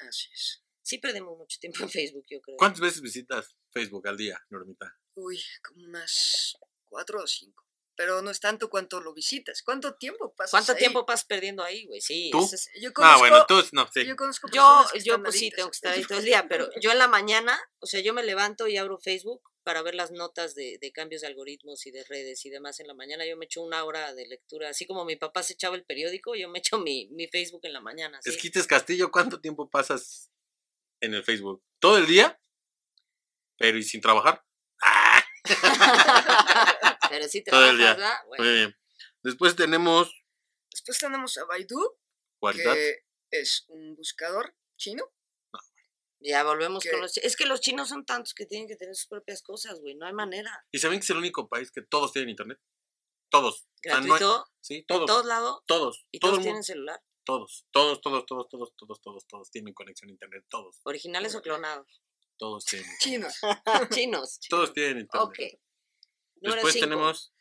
[SPEAKER 3] así es.
[SPEAKER 4] Sí perdemos mucho tiempo en Facebook, yo creo. ¿eh?
[SPEAKER 2] ¿Cuántas veces visitas Facebook al día, Normita?
[SPEAKER 3] Uy, como unas cuatro o cinco. Pero no es tanto cuanto lo visitas, cuánto tiempo pasas.
[SPEAKER 4] ¿Cuánto
[SPEAKER 3] ahí?
[SPEAKER 2] ahí?
[SPEAKER 4] tiempo pasas perdiendo ahí, güey? Sí.
[SPEAKER 2] ¿Tú?
[SPEAKER 4] ese es-
[SPEAKER 3] Yo
[SPEAKER 2] Ah,
[SPEAKER 3] conozco,
[SPEAKER 2] bueno, tú no, sí.
[SPEAKER 3] yo conozco
[SPEAKER 4] Yo,
[SPEAKER 3] personas que
[SPEAKER 4] yo
[SPEAKER 3] están
[SPEAKER 4] pues sí,
[SPEAKER 3] adictas
[SPEAKER 4] tengo
[SPEAKER 3] a
[SPEAKER 4] que estar ahí
[SPEAKER 3] Facebook.
[SPEAKER 4] todo el día, pero yo en la mañana, o sea, yo me levanto y abro Facebook para ver las notas de, de cambios de algoritmos y de redes y demás en la mañana. Yo me echo una hora de lectura, así como mi papá se echaba el periódico, yo me echo mi, mi Facebook en la mañana. ¿sí?
[SPEAKER 2] Esquites Castillo, ¿cuánto tiempo pasas en el Facebook? ¿Todo el día? Pero y sin trabajar. ¡Ah!
[SPEAKER 4] Pero sí te
[SPEAKER 2] Todo el día.
[SPEAKER 4] ¿verdad? Bueno,
[SPEAKER 2] Muy bien. Después tenemos
[SPEAKER 3] Después tenemos a Baidu,
[SPEAKER 2] Cualidad.
[SPEAKER 3] que es un buscador chino.
[SPEAKER 4] ya volvemos
[SPEAKER 3] ¿Qué?
[SPEAKER 4] con los chi- Es que los chinos son tantos que tienen que tener sus propias cosas, güey. No hay manera.
[SPEAKER 2] ¿Y saben que es el único país que todos tienen internet? Todos. O sea, Ah, no hay-
[SPEAKER 4] Gratuito,
[SPEAKER 2] sí,
[SPEAKER 4] en
[SPEAKER 2] todos. Todos.
[SPEAKER 4] todos lados.
[SPEAKER 2] Todos.
[SPEAKER 4] Y
[SPEAKER 2] todo el
[SPEAKER 4] todos
[SPEAKER 2] mundo-
[SPEAKER 4] tienen celular.
[SPEAKER 2] Todos. Todos, todos, todos, todos, todos, todos, todos tienen conexión a internet. Todos.
[SPEAKER 4] Originales o clonados.
[SPEAKER 2] Todos tienen. internet.
[SPEAKER 3] Chinos.
[SPEAKER 4] Chinos.
[SPEAKER 2] Todos tienen internet.
[SPEAKER 4] Ok. Número
[SPEAKER 2] Después
[SPEAKER 4] cinco.
[SPEAKER 2] tenemos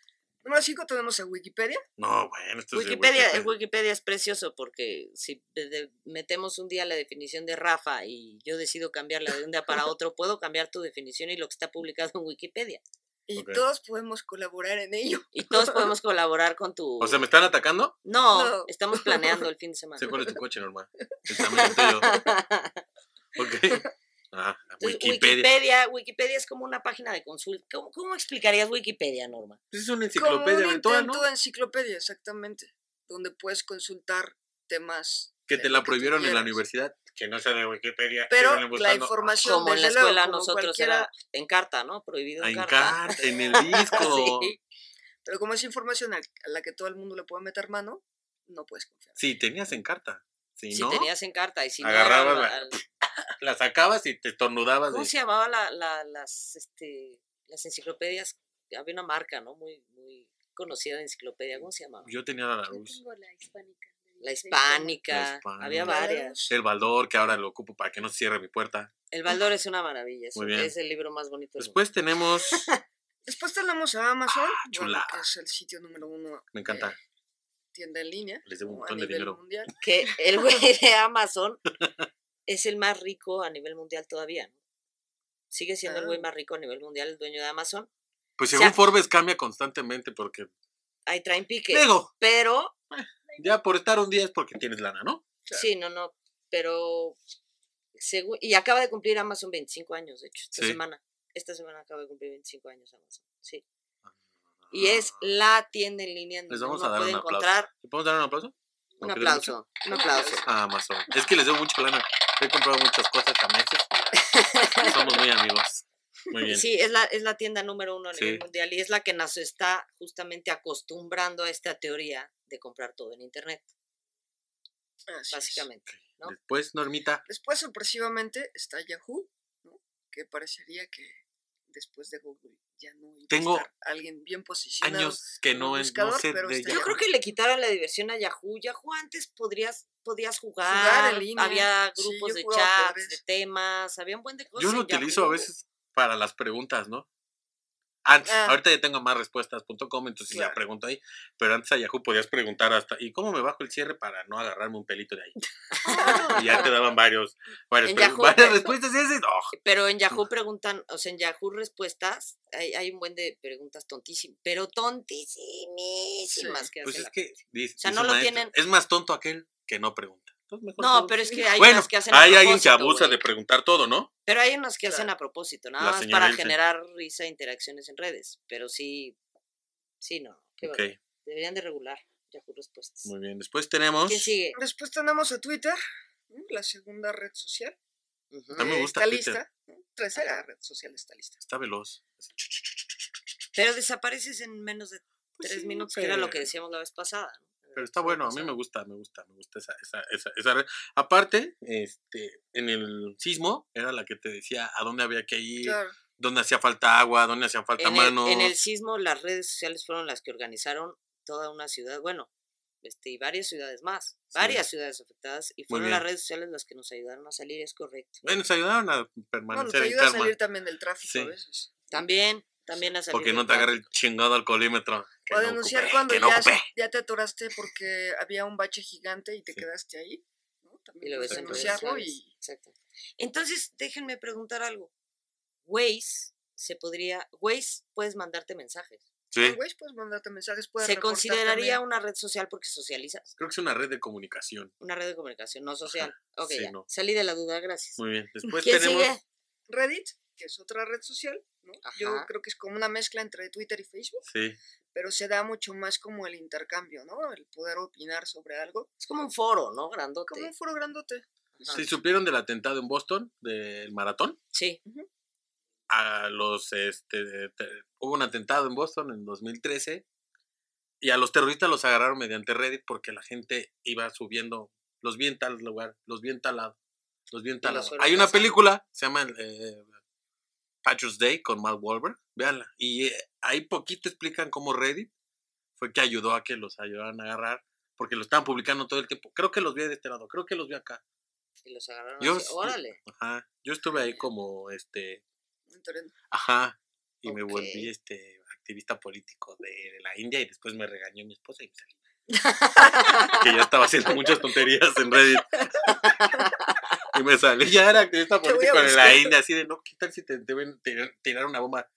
[SPEAKER 3] Número 5 tenemos a Wikipedia.
[SPEAKER 2] No, bueno, esto es de
[SPEAKER 4] Wikipedia, el Wikipedia es precioso porque si de- de- metemos un día la definición de Rafa y yo decido cambiarla de un día para otro, puedo cambiar tu definición y lo que está publicado en Wikipedia.
[SPEAKER 3] Y
[SPEAKER 2] Ok.
[SPEAKER 3] todos podemos colaborar en ello.
[SPEAKER 4] Y todos podemos colaborar con tu...
[SPEAKER 2] O sea, ¿me están atacando?
[SPEAKER 4] no,
[SPEAKER 3] No.
[SPEAKER 4] estamos planeando el fin de semana.
[SPEAKER 2] Sé cuál es tu coche, normal. El tamaño tuyo. Ok. Ah,
[SPEAKER 4] Entonces,
[SPEAKER 2] Wikipedia.
[SPEAKER 4] Wikipedia, Wikipedia es como una página de consulta. ¿Cómo, cómo explicarías Wikipedia, Norma?
[SPEAKER 2] Pues Es una
[SPEAKER 3] Como un
[SPEAKER 2] enciclopedia virtual,
[SPEAKER 3] intento
[SPEAKER 2] ¿no?
[SPEAKER 3] de enciclopedia, exactamente. Donde puedes consultar temas.
[SPEAKER 2] Que
[SPEAKER 3] de
[SPEAKER 2] te
[SPEAKER 3] lo
[SPEAKER 2] la
[SPEAKER 3] tú
[SPEAKER 2] prohibieron en la
[SPEAKER 3] quieras.
[SPEAKER 2] universidad. Que no sea de Wikipedia. síganle
[SPEAKER 3] Pero la
[SPEAKER 2] buscando. ah,
[SPEAKER 3] información,
[SPEAKER 4] Como en la
[SPEAKER 3] Pues, desde luego,
[SPEAKER 4] escuela
[SPEAKER 3] como
[SPEAKER 4] nosotros
[SPEAKER 3] cualquiera-
[SPEAKER 4] era en carta, ¿no? Prohibido
[SPEAKER 2] Ah,
[SPEAKER 4] en
[SPEAKER 2] En
[SPEAKER 4] carta.
[SPEAKER 2] carta, en el disco.
[SPEAKER 4] Sí.
[SPEAKER 3] Pero como es información al- a la que todo el mundo le puede meter mano, no puedes confiar.
[SPEAKER 2] Sí, tenías en carta. Si,
[SPEAKER 4] Si
[SPEAKER 2] no,
[SPEAKER 4] tenías en carta y si
[SPEAKER 2] Agarrabas
[SPEAKER 4] no... era
[SPEAKER 2] la-
[SPEAKER 4] al-
[SPEAKER 2] la sacabas y te estornudabas.
[SPEAKER 4] ¿Cómo
[SPEAKER 2] de-
[SPEAKER 4] se llamaba la, la- las, este, las enciclopedias? Había una marca, ¿no? Muy, muy conocida de enciclopedia. ¿Cómo se llamaba?
[SPEAKER 2] Yo tenía la
[SPEAKER 5] Yo
[SPEAKER 2] luz.
[SPEAKER 5] tengo la hispánica.
[SPEAKER 4] La
[SPEAKER 2] La
[SPEAKER 4] hispánica.
[SPEAKER 2] hispánica.
[SPEAKER 4] Había varias.
[SPEAKER 2] El baldor, que ahora lo ocupo para que no se cierre mi puerta.
[SPEAKER 4] El Baldor es una maravilla. Es,
[SPEAKER 2] Muy bien.
[SPEAKER 4] es el libro más bonito del mundo.
[SPEAKER 2] Después tenemos.
[SPEAKER 3] Después tenemos a Amazon, bueno,
[SPEAKER 2] Ah, chulada.
[SPEAKER 3] que es el sitio número uno
[SPEAKER 2] Me encanta.
[SPEAKER 3] tienda en línea
[SPEAKER 2] Les debo un
[SPEAKER 3] ¿no? a
[SPEAKER 2] montón de
[SPEAKER 3] nivel
[SPEAKER 2] dinero.
[SPEAKER 3] mundial.
[SPEAKER 4] Que el güey de Amazon es el más rico a nivel mundial todavía. ¿no? Sigue siendo el güey
[SPEAKER 3] Ah.
[SPEAKER 4] más rico a nivel mundial, el dueño de Amazon.
[SPEAKER 2] Pues
[SPEAKER 4] O
[SPEAKER 2] según
[SPEAKER 4] sea-
[SPEAKER 2] Forbes cambia constantemente porque.
[SPEAKER 4] Ahí traen pique.
[SPEAKER 2] Digo,
[SPEAKER 4] Pero,
[SPEAKER 2] ya por estar un día es porque tienes lana, ¿no?
[SPEAKER 3] Claro.
[SPEAKER 4] sí, no, no. Pero, según, y acaba de cumplir Amazon 25 años, de hecho, esta
[SPEAKER 2] Sí.
[SPEAKER 4] semana. Esta semana acaba de cumplir 25 años Amazon. Sí. Y es la tienda en línea en
[SPEAKER 2] Ah. Les
[SPEAKER 4] donde
[SPEAKER 2] vamos
[SPEAKER 4] uno
[SPEAKER 2] a dar
[SPEAKER 4] puede
[SPEAKER 2] un aplauso.
[SPEAKER 4] encontrar
[SPEAKER 2] ¿Le podemos dar un aplauso?
[SPEAKER 4] un
[SPEAKER 2] ¿No quieres
[SPEAKER 4] aplauso. Un aplauso.
[SPEAKER 2] mucho? A Amazon. Es que les debo mucha lana. He comprado muchas cosas a meses. y Somos muy amigos. Muy bien.
[SPEAKER 4] Sí, es la, es la tienda número uno a nivel
[SPEAKER 2] Sí.
[SPEAKER 4] mundial y es la que nos está justamente acostumbrando a esta teoría de comprar todo en Internet,
[SPEAKER 3] Así es.
[SPEAKER 4] básicamente. ¿no?
[SPEAKER 2] Después, Normita.
[SPEAKER 3] Después, sorpresivamente, está Yahoo, ¿no? que parecería que después de Google ya no iba
[SPEAKER 2] Tengo
[SPEAKER 3] a estar alguien bien posicionado.
[SPEAKER 2] Años que
[SPEAKER 3] en un
[SPEAKER 2] no, es- no
[SPEAKER 3] buscador,
[SPEAKER 2] sé
[SPEAKER 3] pero
[SPEAKER 2] de
[SPEAKER 3] está
[SPEAKER 2] ella.
[SPEAKER 4] Yo creo que le quitaron la diversión a Yahoo. Yahoo antes podrías, podías
[SPEAKER 3] en
[SPEAKER 4] jugar,
[SPEAKER 3] línea.
[SPEAKER 4] había
[SPEAKER 3] Sí,
[SPEAKER 4] grupos
[SPEAKER 3] yo
[SPEAKER 4] de
[SPEAKER 3] jugaba
[SPEAKER 4] chats, de
[SPEAKER 3] ajedrez.
[SPEAKER 4] temas, había un buen de cosas.
[SPEAKER 2] Yo
[SPEAKER 4] en
[SPEAKER 2] lo utilizo a
[SPEAKER 4] Yahoo.
[SPEAKER 2] veces para las preguntas, ¿no? Antes,
[SPEAKER 3] Ah.
[SPEAKER 2] ahorita ya tengo más respuestas.com, entonces ya
[SPEAKER 3] Claro.
[SPEAKER 2] pregunto ahí. Pero antes a Yahoo podías preguntar hasta, ¿y cómo me bajo el cierre para no agarrarme un pelito de ahí? y ya te daban varios, varias,
[SPEAKER 4] En
[SPEAKER 2] pregu-
[SPEAKER 4] Yahoo,
[SPEAKER 2] varias
[SPEAKER 4] ¿no?
[SPEAKER 2] respuestas. Y dices, "Oh".
[SPEAKER 4] Pero en Yahoo preguntan, o sea, en Yahoo respuestas hay, hay un buen de preguntas tontísimas, pero tontísimas que
[SPEAKER 2] Pues
[SPEAKER 4] hace
[SPEAKER 2] es
[SPEAKER 4] la-
[SPEAKER 2] que dice- dice
[SPEAKER 4] sea, no
[SPEAKER 2] un
[SPEAKER 4] lo
[SPEAKER 2] maestro,
[SPEAKER 4] tienen-
[SPEAKER 2] Es más tonto aquel que no pregunta. Entonces, mejor
[SPEAKER 4] No,
[SPEAKER 2] todo.
[SPEAKER 4] pero es que hay
[SPEAKER 2] bueno,
[SPEAKER 4] unas que hacen a
[SPEAKER 2] hay alguien que
[SPEAKER 4] propósito,
[SPEAKER 2] abusa
[SPEAKER 4] güey.
[SPEAKER 2] de preguntar todo, ¿no?
[SPEAKER 4] Pero hay unos que hacen
[SPEAKER 3] Claro.
[SPEAKER 4] a propósito, nada
[SPEAKER 2] La
[SPEAKER 4] más
[SPEAKER 2] señora
[SPEAKER 4] para
[SPEAKER 2] Ilse.
[SPEAKER 4] generar risa e interacciones en redes. Pero sí, sí, no. qué
[SPEAKER 2] Ok,
[SPEAKER 4] barbaridad. Deberían de regular Yahoo Respuestas.
[SPEAKER 2] muy bien. Después tenemos.
[SPEAKER 4] ¿Quién sigue?
[SPEAKER 3] Después tenemos a Twitter, ¿no? la segunda red social.
[SPEAKER 4] Ujú.
[SPEAKER 2] A mí me
[SPEAKER 3] que
[SPEAKER 2] gusta
[SPEAKER 3] está
[SPEAKER 2] Twitter. Ah,
[SPEAKER 3] lista. ¿no? Tercera red social está lista.
[SPEAKER 2] Está veloz.
[SPEAKER 4] Pero desapareces en menos de
[SPEAKER 2] Pues
[SPEAKER 4] tres
[SPEAKER 2] sí,
[SPEAKER 4] minutos, que era lo que
[SPEAKER 2] pero-
[SPEAKER 4] decíamos la vez pasada. ¿no? Eh,
[SPEAKER 2] Pero está bueno, a mí me gusta, me gusta, me gusta esa, esa, esa, esa red. Aparte, este, en el sismo era la que te decía a dónde había que ir,
[SPEAKER 3] Claro.
[SPEAKER 2] dónde hacía falta agua, dónde hacían falta
[SPEAKER 4] En el,
[SPEAKER 2] manos.
[SPEAKER 4] en el sismo, las redes sociales fueron las que organizaron toda una ciudad, bueno, este, y varias ciudades más,
[SPEAKER 2] Sí.
[SPEAKER 4] varias ciudades afectadas, y fueron las
[SPEAKER 2] bien.
[SPEAKER 4] redes sociales las que nos ayudaron a salir, es correcto.
[SPEAKER 2] Bueno, se ayudaron a
[SPEAKER 3] Bueno,
[SPEAKER 2] permanecer
[SPEAKER 3] te
[SPEAKER 2] en
[SPEAKER 3] ayuda a
[SPEAKER 2] calma,
[SPEAKER 3] salir también del tráfico
[SPEAKER 2] Sí.
[SPEAKER 3] a veces.
[SPEAKER 4] También, también a salir.
[SPEAKER 2] porque
[SPEAKER 4] del
[SPEAKER 2] no te agarre
[SPEAKER 4] tráfico.
[SPEAKER 2] el chingado alcoholímetro. que
[SPEAKER 3] o
[SPEAKER 2] no
[SPEAKER 3] denunciar
[SPEAKER 2] ocupé,
[SPEAKER 3] cuando
[SPEAKER 2] que no
[SPEAKER 3] ya,
[SPEAKER 2] ocupé.
[SPEAKER 3] ya te atoraste porque había un bache gigante y te
[SPEAKER 2] Sí.
[SPEAKER 3] quedaste ahí. ¿no?
[SPEAKER 4] Y
[SPEAKER 3] También
[SPEAKER 4] lo
[SPEAKER 3] puedes
[SPEAKER 4] ves en redes
[SPEAKER 3] denunciarlo
[SPEAKER 4] sociales.
[SPEAKER 3] y
[SPEAKER 4] Exacto. Entonces, déjenme preguntar algo. Waze se podría. Waze puedes mandarte mensajes.
[SPEAKER 2] Sí,
[SPEAKER 3] Güey, puedes mandarte mensajes, puedes
[SPEAKER 4] ¿Se
[SPEAKER 3] reportar
[SPEAKER 4] consideraría
[SPEAKER 3] también.
[SPEAKER 4] una red social porque socializas?
[SPEAKER 2] creo que es una red de comunicación.
[SPEAKER 4] Una red de comunicación, no social. Ok,
[SPEAKER 2] sí,
[SPEAKER 4] ya.
[SPEAKER 2] no.
[SPEAKER 4] Salí de la duda, gracias.
[SPEAKER 2] Muy bien. Después
[SPEAKER 4] ¿Quién
[SPEAKER 2] tenemos.
[SPEAKER 4] sigue?
[SPEAKER 3] Reddit, que es otra red social, ¿no? Yo
[SPEAKER 4] Ajá.
[SPEAKER 3] creo que es como una mezcla entre Twitter y Facebook,
[SPEAKER 2] Sí,
[SPEAKER 3] pero se da mucho más como el intercambio, ¿no? El poder opinar sobre algo.
[SPEAKER 4] Es como un foro, ¿no? Grandote.
[SPEAKER 3] Como un foro grandote.
[SPEAKER 4] Ajá.
[SPEAKER 2] sí, supieron del atentado en Boston, del maratón.
[SPEAKER 4] Sí.
[SPEAKER 2] a los este te- hubo un atentado en Boston en 2013 y a los terroristas los agarraron mediante Reddit porque la gente iba subiendo los vi en tal lugar, los vi en tal lado, los vi en tal
[SPEAKER 4] los
[SPEAKER 2] lado.
[SPEAKER 4] fueron
[SPEAKER 2] Hay una
[SPEAKER 4] pasando.
[SPEAKER 2] película se llama eh, Patrick's Day con Mark Wahlberg, véanla y eh, ahí poquito explican cómo Reddit fue que ayudó a que los ayudaran a agarrar porque lo estaban publicando todo el tiempo. Creo que los vi de este lado, creo que los vi acá.
[SPEAKER 4] Y los agarraron.
[SPEAKER 2] Yo
[SPEAKER 4] así.
[SPEAKER 2] sí-
[SPEAKER 4] Órale.
[SPEAKER 2] Ajá. Yo estuve ahí como este
[SPEAKER 3] Entonces,
[SPEAKER 2] Ajá. Y me
[SPEAKER 4] Ok.
[SPEAKER 2] volví este activista político de la India y después me regañó mi esposa y me salí. que ya estaba haciendo muchas tonterías en Reddit. y me salí, ya era activista
[SPEAKER 3] Te voy a
[SPEAKER 2] político de la
[SPEAKER 3] buscar.
[SPEAKER 2] India, así de, no, ¿qué tal si te deben tirar- tirar una bomba?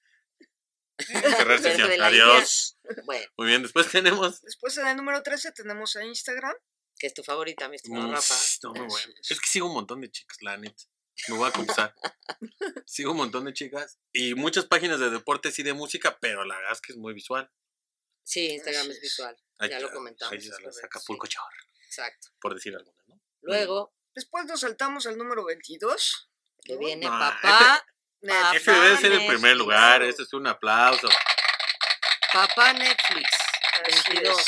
[SPEAKER 2] Cerrar
[SPEAKER 4] Desde
[SPEAKER 2] sesión,
[SPEAKER 4] la India.
[SPEAKER 2] adiós.
[SPEAKER 4] Bueno,
[SPEAKER 2] Muy bien, después tenemos...
[SPEAKER 3] Después en el número 13 tenemos a Instagram.
[SPEAKER 4] que es tu favorita, mi estimado
[SPEAKER 2] Mm,
[SPEAKER 4] Rafa.
[SPEAKER 2] no, muy bueno. Es que sigo un montón de chicas, la neta. Me voy a confesar. sigo un montón de chicas y muchas páginas de deportes y de música, pero la verdad es que es muy visual.
[SPEAKER 4] Sí, Instagram
[SPEAKER 3] Así
[SPEAKER 4] es
[SPEAKER 3] es.
[SPEAKER 4] visual,
[SPEAKER 2] Ahí
[SPEAKER 4] Ya lo
[SPEAKER 2] está,
[SPEAKER 4] comentamos,
[SPEAKER 2] ahí
[SPEAKER 4] es
[SPEAKER 2] está, las
[SPEAKER 4] correcto,
[SPEAKER 2] Acapulco Chor,
[SPEAKER 4] exacto.
[SPEAKER 2] por decir alguna, ¿no?
[SPEAKER 4] Luego,
[SPEAKER 3] Después nos saltamos al número 22.
[SPEAKER 4] que
[SPEAKER 3] ¿no?
[SPEAKER 4] viene
[SPEAKER 2] No,
[SPEAKER 4] papá,
[SPEAKER 3] Neta,
[SPEAKER 2] Ese debe ser el
[SPEAKER 4] Mames,
[SPEAKER 2] primer lugar,
[SPEAKER 4] claro.
[SPEAKER 2] ese es un aplauso. este
[SPEAKER 4] papá Netflix,
[SPEAKER 3] así
[SPEAKER 4] 22.
[SPEAKER 3] es.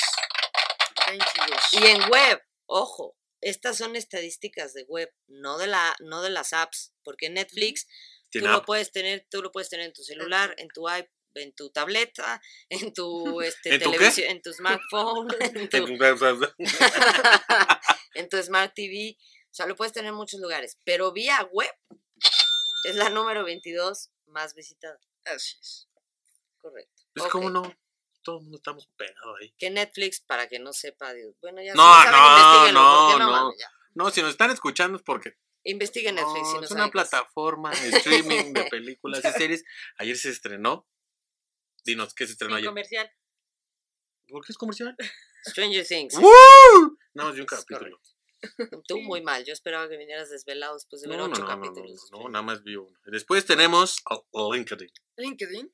[SPEAKER 3] 22.
[SPEAKER 4] Y en web, ojo, estas son estadísticas de web, no de la, no de las apps, porque Netflix tú
[SPEAKER 2] Tiene
[SPEAKER 4] lo
[SPEAKER 2] app.
[SPEAKER 4] puedes tener, tú lo puedes tener
[SPEAKER 2] Eh.
[SPEAKER 4] en tu celular, en tu iP- en tu tableta, en tu este,
[SPEAKER 2] ¿En tu qué?
[SPEAKER 4] televisión, en tu smartphone, en tu, en tu Smart TV. O sea, lo puedes tener en muchos lugares. Pero vía web es la número 22 más visitada.
[SPEAKER 3] Así es.
[SPEAKER 4] Correcto.
[SPEAKER 2] Es
[SPEAKER 4] Ok.
[SPEAKER 2] como no, todo el mundo estamos pegados ahí.
[SPEAKER 4] Que Netflix, para que no sepa, Dios. Bueno, ya
[SPEAKER 2] No,
[SPEAKER 4] si
[SPEAKER 2] no,
[SPEAKER 4] investiguenlo, porque
[SPEAKER 2] no,
[SPEAKER 4] mames, ya.
[SPEAKER 2] No, si nos están escuchando es porque
[SPEAKER 4] Investiguen
[SPEAKER 2] no,
[SPEAKER 4] Netflix. si no
[SPEAKER 2] es una
[SPEAKER 4] saben qué es.
[SPEAKER 2] plataforma de streaming de películas y series. Ayer se estrenó. Dinos, ¿qué se estrenó
[SPEAKER 4] Sin
[SPEAKER 2] ayer?
[SPEAKER 4] comercial.
[SPEAKER 2] ¿Por qué es comercial?
[SPEAKER 4] Stranger Things.
[SPEAKER 2] ¡Uh! ¡Woo! Nada más de un
[SPEAKER 4] Es
[SPEAKER 2] capítulo.
[SPEAKER 4] Tú muy mal. Yo esperaba que vinieras desvelado después de
[SPEAKER 2] No,
[SPEAKER 4] ver
[SPEAKER 2] no, no,
[SPEAKER 4] ocho
[SPEAKER 2] no, no,
[SPEAKER 4] capítulos.
[SPEAKER 2] no, nada más vi uno. Después tenemos a- a LinkedIn,
[SPEAKER 3] LinkedIn.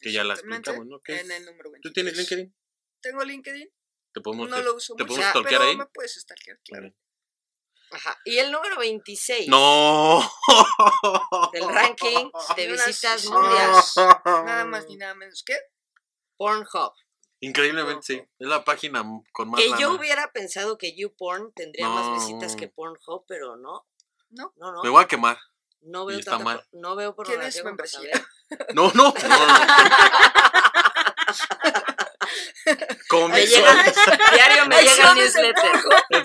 [SPEAKER 2] que ya la
[SPEAKER 3] exactamente,
[SPEAKER 2] explicamos, ¿no? ¿Qué
[SPEAKER 3] En
[SPEAKER 2] es?
[SPEAKER 3] el número 22.
[SPEAKER 2] ¿Tú tienes LinkedIn?
[SPEAKER 3] Tengo LinkedIn.
[SPEAKER 2] Te podemos
[SPEAKER 3] No lo uso
[SPEAKER 2] ¿te
[SPEAKER 3] mucho.
[SPEAKER 2] podemos stalkear
[SPEAKER 3] pero
[SPEAKER 2] ahí?
[SPEAKER 3] me puedes stalkear, claro.
[SPEAKER 4] Ajá. Y el número 26
[SPEAKER 2] No.
[SPEAKER 4] del ranking de
[SPEAKER 3] Señoras y
[SPEAKER 4] visitas
[SPEAKER 3] señores.
[SPEAKER 4] mundiales.
[SPEAKER 3] Nada más ni nada menos que.
[SPEAKER 4] Pornhub.
[SPEAKER 2] Increíblemente sí, es la página m- con más
[SPEAKER 4] Que
[SPEAKER 2] lana.
[SPEAKER 4] yo hubiera pensado que YouPorn tendría más visitas que
[SPEAKER 2] No.
[SPEAKER 4] Pornhub, pero no.
[SPEAKER 3] No.
[SPEAKER 4] No, no.
[SPEAKER 2] Me voy a quemar.
[SPEAKER 4] No
[SPEAKER 2] Y
[SPEAKER 4] veo
[SPEAKER 2] está
[SPEAKER 4] tanta
[SPEAKER 2] mal.
[SPEAKER 4] por- no veo
[SPEAKER 3] Tienes
[SPEAKER 4] pornografía como para
[SPEAKER 3] membresía.
[SPEAKER 4] saber.
[SPEAKER 2] No, no. no, no. Como
[SPEAKER 4] Me
[SPEAKER 2] me
[SPEAKER 4] llega,
[SPEAKER 2] suena-
[SPEAKER 4] diario me llega el
[SPEAKER 3] Acciones de
[SPEAKER 4] newsletter.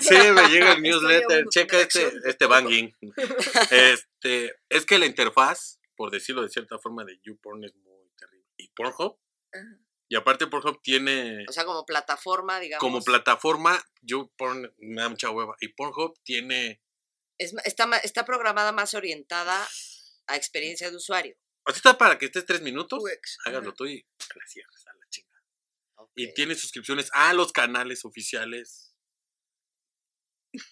[SPEAKER 2] Sí, me llega el
[SPEAKER 3] Estaría
[SPEAKER 2] newsletter.
[SPEAKER 3] uno
[SPEAKER 2] Checa
[SPEAKER 3] con
[SPEAKER 2] este,
[SPEAKER 3] acción.
[SPEAKER 2] este banging. Este, es que la interfaz, por decirlo de cierta forma, de YouPorn es muy terrible. Y Pornhub.
[SPEAKER 3] Ajá.
[SPEAKER 2] Y aparte Pornhub tiene
[SPEAKER 4] O sea, como plataforma, digamos.
[SPEAKER 2] como plataforma, YouPorn me da mucha hueva. Y Pornhub tiene
[SPEAKER 4] es ma- está, ma- está programada más orientada a experiencia de usuario.
[SPEAKER 2] Así Pues, está para que estés tres minutos,
[SPEAKER 3] UX.
[SPEAKER 2] háganlo tú y te la cierras a la chingada. Y
[SPEAKER 4] Ok.
[SPEAKER 2] tiene suscripciones a los canales oficiales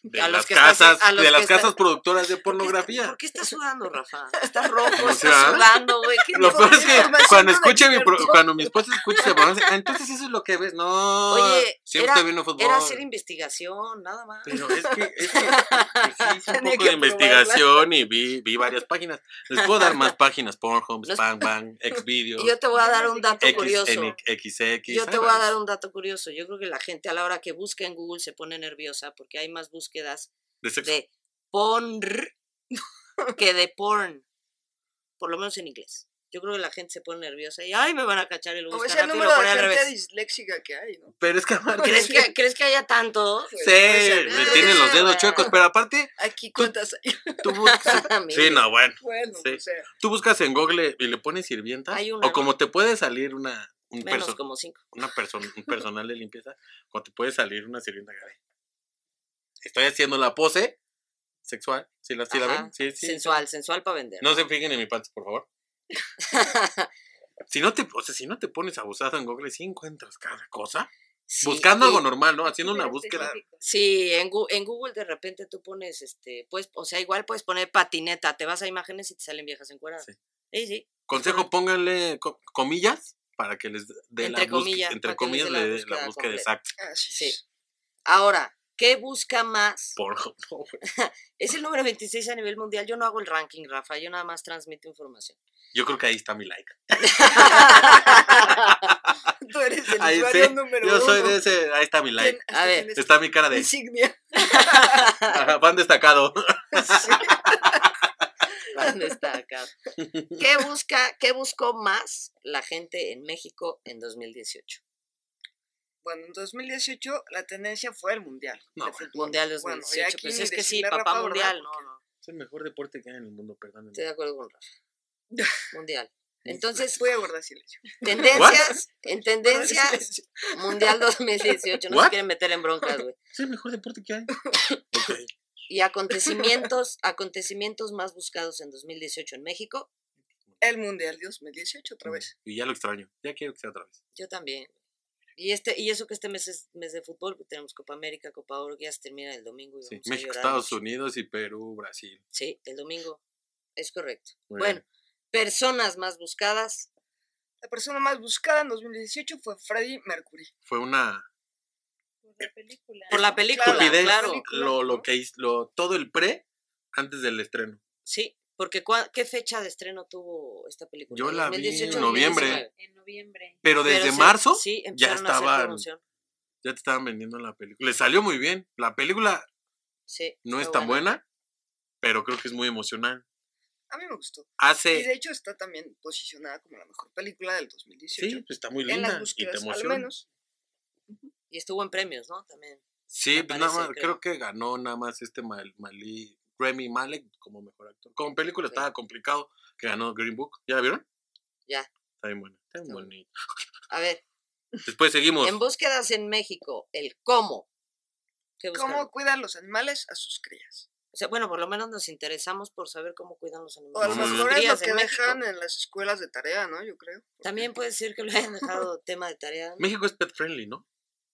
[SPEAKER 2] de
[SPEAKER 4] A los
[SPEAKER 2] las
[SPEAKER 4] que estás-
[SPEAKER 2] casas,
[SPEAKER 4] a los
[SPEAKER 2] de
[SPEAKER 4] que
[SPEAKER 2] las
[SPEAKER 4] estás-
[SPEAKER 2] casas productoras de
[SPEAKER 4] ¿Por qué está-
[SPEAKER 2] pornografía.
[SPEAKER 4] ¿Por qué estás sudando, Rafa? Estás rojo,
[SPEAKER 2] No sé,
[SPEAKER 4] estás
[SPEAKER 2] ¿ah?
[SPEAKER 4] sudando, güey. ¿qué
[SPEAKER 2] Lo
[SPEAKER 4] digo?
[SPEAKER 2] peor es que
[SPEAKER 3] información
[SPEAKER 2] cuando
[SPEAKER 3] no la
[SPEAKER 2] escuche mi pro-
[SPEAKER 3] encuentro.
[SPEAKER 2] cuando mi esposa escuche ese programa, dice, "Ah, entonces eso es lo que ves. No,
[SPEAKER 4] Oye,
[SPEAKER 2] siempre
[SPEAKER 4] era-
[SPEAKER 2] estoy viendo fútbol.
[SPEAKER 4] Era hacer investigación, nada más.
[SPEAKER 2] Pero es que, es que pues sí, hice un
[SPEAKER 3] Tenía
[SPEAKER 2] poco
[SPEAKER 3] que
[SPEAKER 2] de investigación y vi, vi varias páginas. Les puedo dar más páginas, Pornhub,
[SPEAKER 4] Nos-
[SPEAKER 2] Spam Bang, Xvideos,
[SPEAKER 4] Y yo te voy a dar un dato
[SPEAKER 2] X,
[SPEAKER 4] curioso.
[SPEAKER 2] en, XX.
[SPEAKER 4] Yo te
[SPEAKER 2] hay
[SPEAKER 4] voy a
[SPEAKER 2] varias.
[SPEAKER 4] dar un dato curioso. Yo creo que la gente a la hora que busca en Google se pone nerviosa porque hay más búsquedas
[SPEAKER 2] De sexo.
[SPEAKER 4] de porn que de porn. Por lo menos en inglés. Yo creo que la gente se pone nerviosa y, ay, me van a cachar el
[SPEAKER 3] O
[SPEAKER 4] gusto.
[SPEAKER 3] es el número de gente disléxica que hay, ¿no?
[SPEAKER 2] Pero es que aparte.
[SPEAKER 4] ¿Crees que, ¿Crees que haya tanto?
[SPEAKER 2] Sí,
[SPEAKER 3] Pues, puede ser.
[SPEAKER 2] le tienen los dedos chuecos, pero aparte,
[SPEAKER 3] Aquí cuentas.
[SPEAKER 2] tú buscas. Sí, no, bueno.
[SPEAKER 3] Bueno,
[SPEAKER 2] Sí.
[SPEAKER 3] o sea,
[SPEAKER 2] Tú buscas en Google y le pones sirvienta.
[SPEAKER 4] Hay una,
[SPEAKER 2] o como te puede salir una. Un,
[SPEAKER 4] Menos
[SPEAKER 2] perso-
[SPEAKER 4] como cinco.
[SPEAKER 2] una persona, un personal de limpieza, o te puede salir una sirvienta grave. Estoy haciendo la pose sexual. ¿Sí la, sí la
[SPEAKER 4] Ajá,
[SPEAKER 2] ven? Sí, sí.
[SPEAKER 4] sensual, sensual para vender.
[SPEAKER 2] No se fijen en mi panza, por favor. Si no te, o sea, si no te pones abusado en Google, sí encuentras cada cosa.
[SPEAKER 4] Sí,
[SPEAKER 2] Buscando
[SPEAKER 4] y-
[SPEAKER 2] algo normal, ¿no? Haciendo una búsqueda.
[SPEAKER 4] Sí, en, Gu- en Google de repente tú pones, este, pues, o sea, igual puedes poner patineta, te vas a imágenes y te salen viejas encueradas.
[SPEAKER 2] Sí.
[SPEAKER 4] Sí, sí.
[SPEAKER 2] Consejo, pónganle co- comillas para que les dé la
[SPEAKER 4] Entre
[SPEAKER 2] búsqueda-
[SPEAKER 4] comillas,
[SPEAKER 2] entre
[SPEAKER 4] para que les
[SPEAKER 2] comillas
[SPEAKER 4] dé
[SPEAKER 2] le
[SPEAKER 4] la
[SPEAKER 2] dé la
[SPEAKER 4] búsqueda
[SPEAKER 2] búsqueda
[SPEAKER 4] completa.
[SPEAKER 2] exacta.
[SPEAKER 3] así
[SPEAKER 4] Sí.
[SPEAKER 3] es.
[SPEAKER 4] Ahora, ¿qué busca más?
[SPEAKER 2] Por no, güey.
[SPEAKER 4] Es el número 26 a nivel mundial. Yo no hago el ranking, Rafa, yo nada más transmito información.
[SPEAKER 2] Yo creo que ahí está mi like.
[SPEAKER 3] Tú eres el
[SPEAKER 2] Ahí
[SPEAKER 3] usuario
[SPEAKER 2] sí,
[SPEAKER 3] número
[SPEAKER 2] Yo soy
[SPEAKER 3] uno.
[SPEAKER 2] de ese, ahí está mi like.
[SPEAKER 3] Tien- hasta
[SPEAKER 4] A ver,
[SPEAKER 3] tienes
[SPEAKER 2] Está mi cara
[SPEAKER 3] tu
[SPEAKER 2] de
[SPEAKER 3] insignia.
[SPEAKER 2] ajá, fan destacado.
[SPEAKER 4] ¿Dónde está acá? ¿Qué busca, qué buscó más la gente en México en 2018?
[SPEAKER 3] Bueno, en 2018 la tendencia fue el mundial.
[SPEAKER 2] No,
[SPEAKER 3] de
[SPEAKER 2] bueno,
[SPEAKER 3] fútbol.
[SPEAKER 4] Mundial 2018.
[SPEAKER 3] Bueno, y aquí
[SPEAKER 4] pues
[SPEAKER 3] ni
[SPEAKER 4] es que sí,
[SPEAKER 3] decirle a
[SPEAKER 4] papá
[SPEAKER 3] Rafa, ¿verdad?
[SPEAKER 4] mundial, no, no.
[SPEAKER 2] Es el mejor deporte que hay en el mundo, perdónenme.
[SPEAKER 4] Estoy de acuerdo con Rafa. Mundial.
[SPEAKER 3] Este,
[SPEAKER 4] Entonces,
[SPEAKER 3] Voy a guardar silencio.
[SPEAKER 4] tendencias, en
[SPEAKER 3] Guardar
[SPEAKER 4] tendencias,
[SPEAKER 3] silencio.
[SPEAKER 4] Mundial 2018, no se
[SPEAKER 2] What?
[SPEAKER 4] quieren meter en broncas, güey.
[SPEAKER 2] Es el mejor deporte que hay. Ok.
[SPEAKER 4] Y acontecimientos, acontecimientos más buscados en 2018 en México,
[SPEAKER 3] El Mundial 2018 otra vez.
[SPEAKER 2] Y ya lo extraño. Ya quiero que sea otra vez.
[SPEAKER 4] yo también. Y este y eso que este mes es mes de fútbol, porque tenemos Copa América, Copa Oro, que ya se termina el domingo. y
[SPEAKER 2] Sí,
[SPEAKER 4] vamos a
[SPEAKER 2] México,
[SPEAKER 4] llorar
[SPEAKER 2] Estados
[SPEAKER 4] mucho.
[SPEAKER 2] Unidos y Perú, Brasil.
[SPEAKER 4] Sí, el domingo. Es correcto.
[SPEAKER 2] Muy
[SPEAKER 4] bueno,
[SPEAKER 2] bien.
[SPEAKER 4] personas más buscadas,
[SPEAKER 3] La persona más buscada en 2018 fue Freddie Mercury.
[SPEAKER 2] Fue una
[SPEAKER 5] Por la película.
[SPEAKER 4] por la película,
[SPEAKER 2] estupidez.
[SPEAKER 4] claro.
[SPEAKER 3] Película,
[SPEAKER 2] Lo, lo
[SPEAKER 3] ¿no?
[SPEAKER 2] que hizo, lo, todo el pre antes del estreno.
[SPEAKER 4] Sí, porque cua- ¿qué fecha de estreno tuvo esta película?
[SPEAKER 2] Yo la vi en
[SPEAKER 4] 2018,
[SPEAKER 2] noviembre.
[SPEAKER 4] 2019.
[SPEAKER 5] En noviembre.
[SPEAKER 2] Pero desde
[SPEAKER 4] Pero se-
[SPEAKER 2] marzo
[SPEAKER 4] sí,
[SPEAKER 2] ya
[SPEAKER 4] empezaron a hacer
[SPEAKER 2] estaban-
[SPEAKER 4] promoción.
[SPEAKER 2] ya te estaban vendiendo la película. Le salió muy bien. La película
[SPEAKER 4] Sí,
[SPEAKER 2] no
[SPEAKER 4] está
[SPEAKER 2] es tan buena, pero creo que es muy emocional.
[SPEAKER 3] A mí me gustó. Y
[SPEAKER 2] Hace.
[SPEAKER 3] de hecho está también posicionada como la mejor película del 2018.
[SPEAKER 2] Sí, pues está muy
[SPEAKER 3] en las
[SPEAKER 2] linda y te
[SPEAKER 3] búsquedas, al
[SPEAKER 2] emociona.
[SPEAKER 3] menos.
[SPEAKER 4] Y estuvo en premios, ¿no? También.
[SPEAKER 2] Sí,
[SPEAKER 4] me
[SPEAKER 2] pues nada más,
[SPEAKER 4] parece,
[SPEAKER 2] creo. que ganó nada más este Mal, Malí, Remy Malek como mejor actor. Con película
[SPEAKER 4] Sí.
[SPEAKER 2] estaba complicado, que ganó Green Book. ¿Ya la vieron?
[SPEAKER 4] Ya.
[SPEAKER 2] Está bien buena, está bien
[SPEAKER 4] Está
[SPEAKER 2] bonita.
[SPEAKER 4] A ver,
[SPEAKER 2] Después seguimos.
[SPEAKER 4] en búsquedas en México, el cómo. ¿Qué buscaron?
[SPEAKER 3] ¿Cómo cuidan los animales a sus crías?
[SPEAKER 4] O sea, bueno, por lo menos nos interesamos por saber cómo cuidan los
[SPEAKER 3] O a lo
[SPEAKER 4] animales.
[SPEAKER 2] Mm.
[SPEAKER 4] sus
[SPEAKER 3] mejor es lo
[SPEAKER 4] crías en
[SPEAKER 3] que
[SPEAKER 4] México.
[SPEAKER 3] dejan en las escuelas de tarea, ¿no? Yo creo. porque-
[SPEAKER 4] También
[SPEAKER 2] pues
[SPEAKER 4] puede ser que lo hayan dejado tema de tarea. ¿no?
[SPEAKER 2] México es pet friendly, ¿no?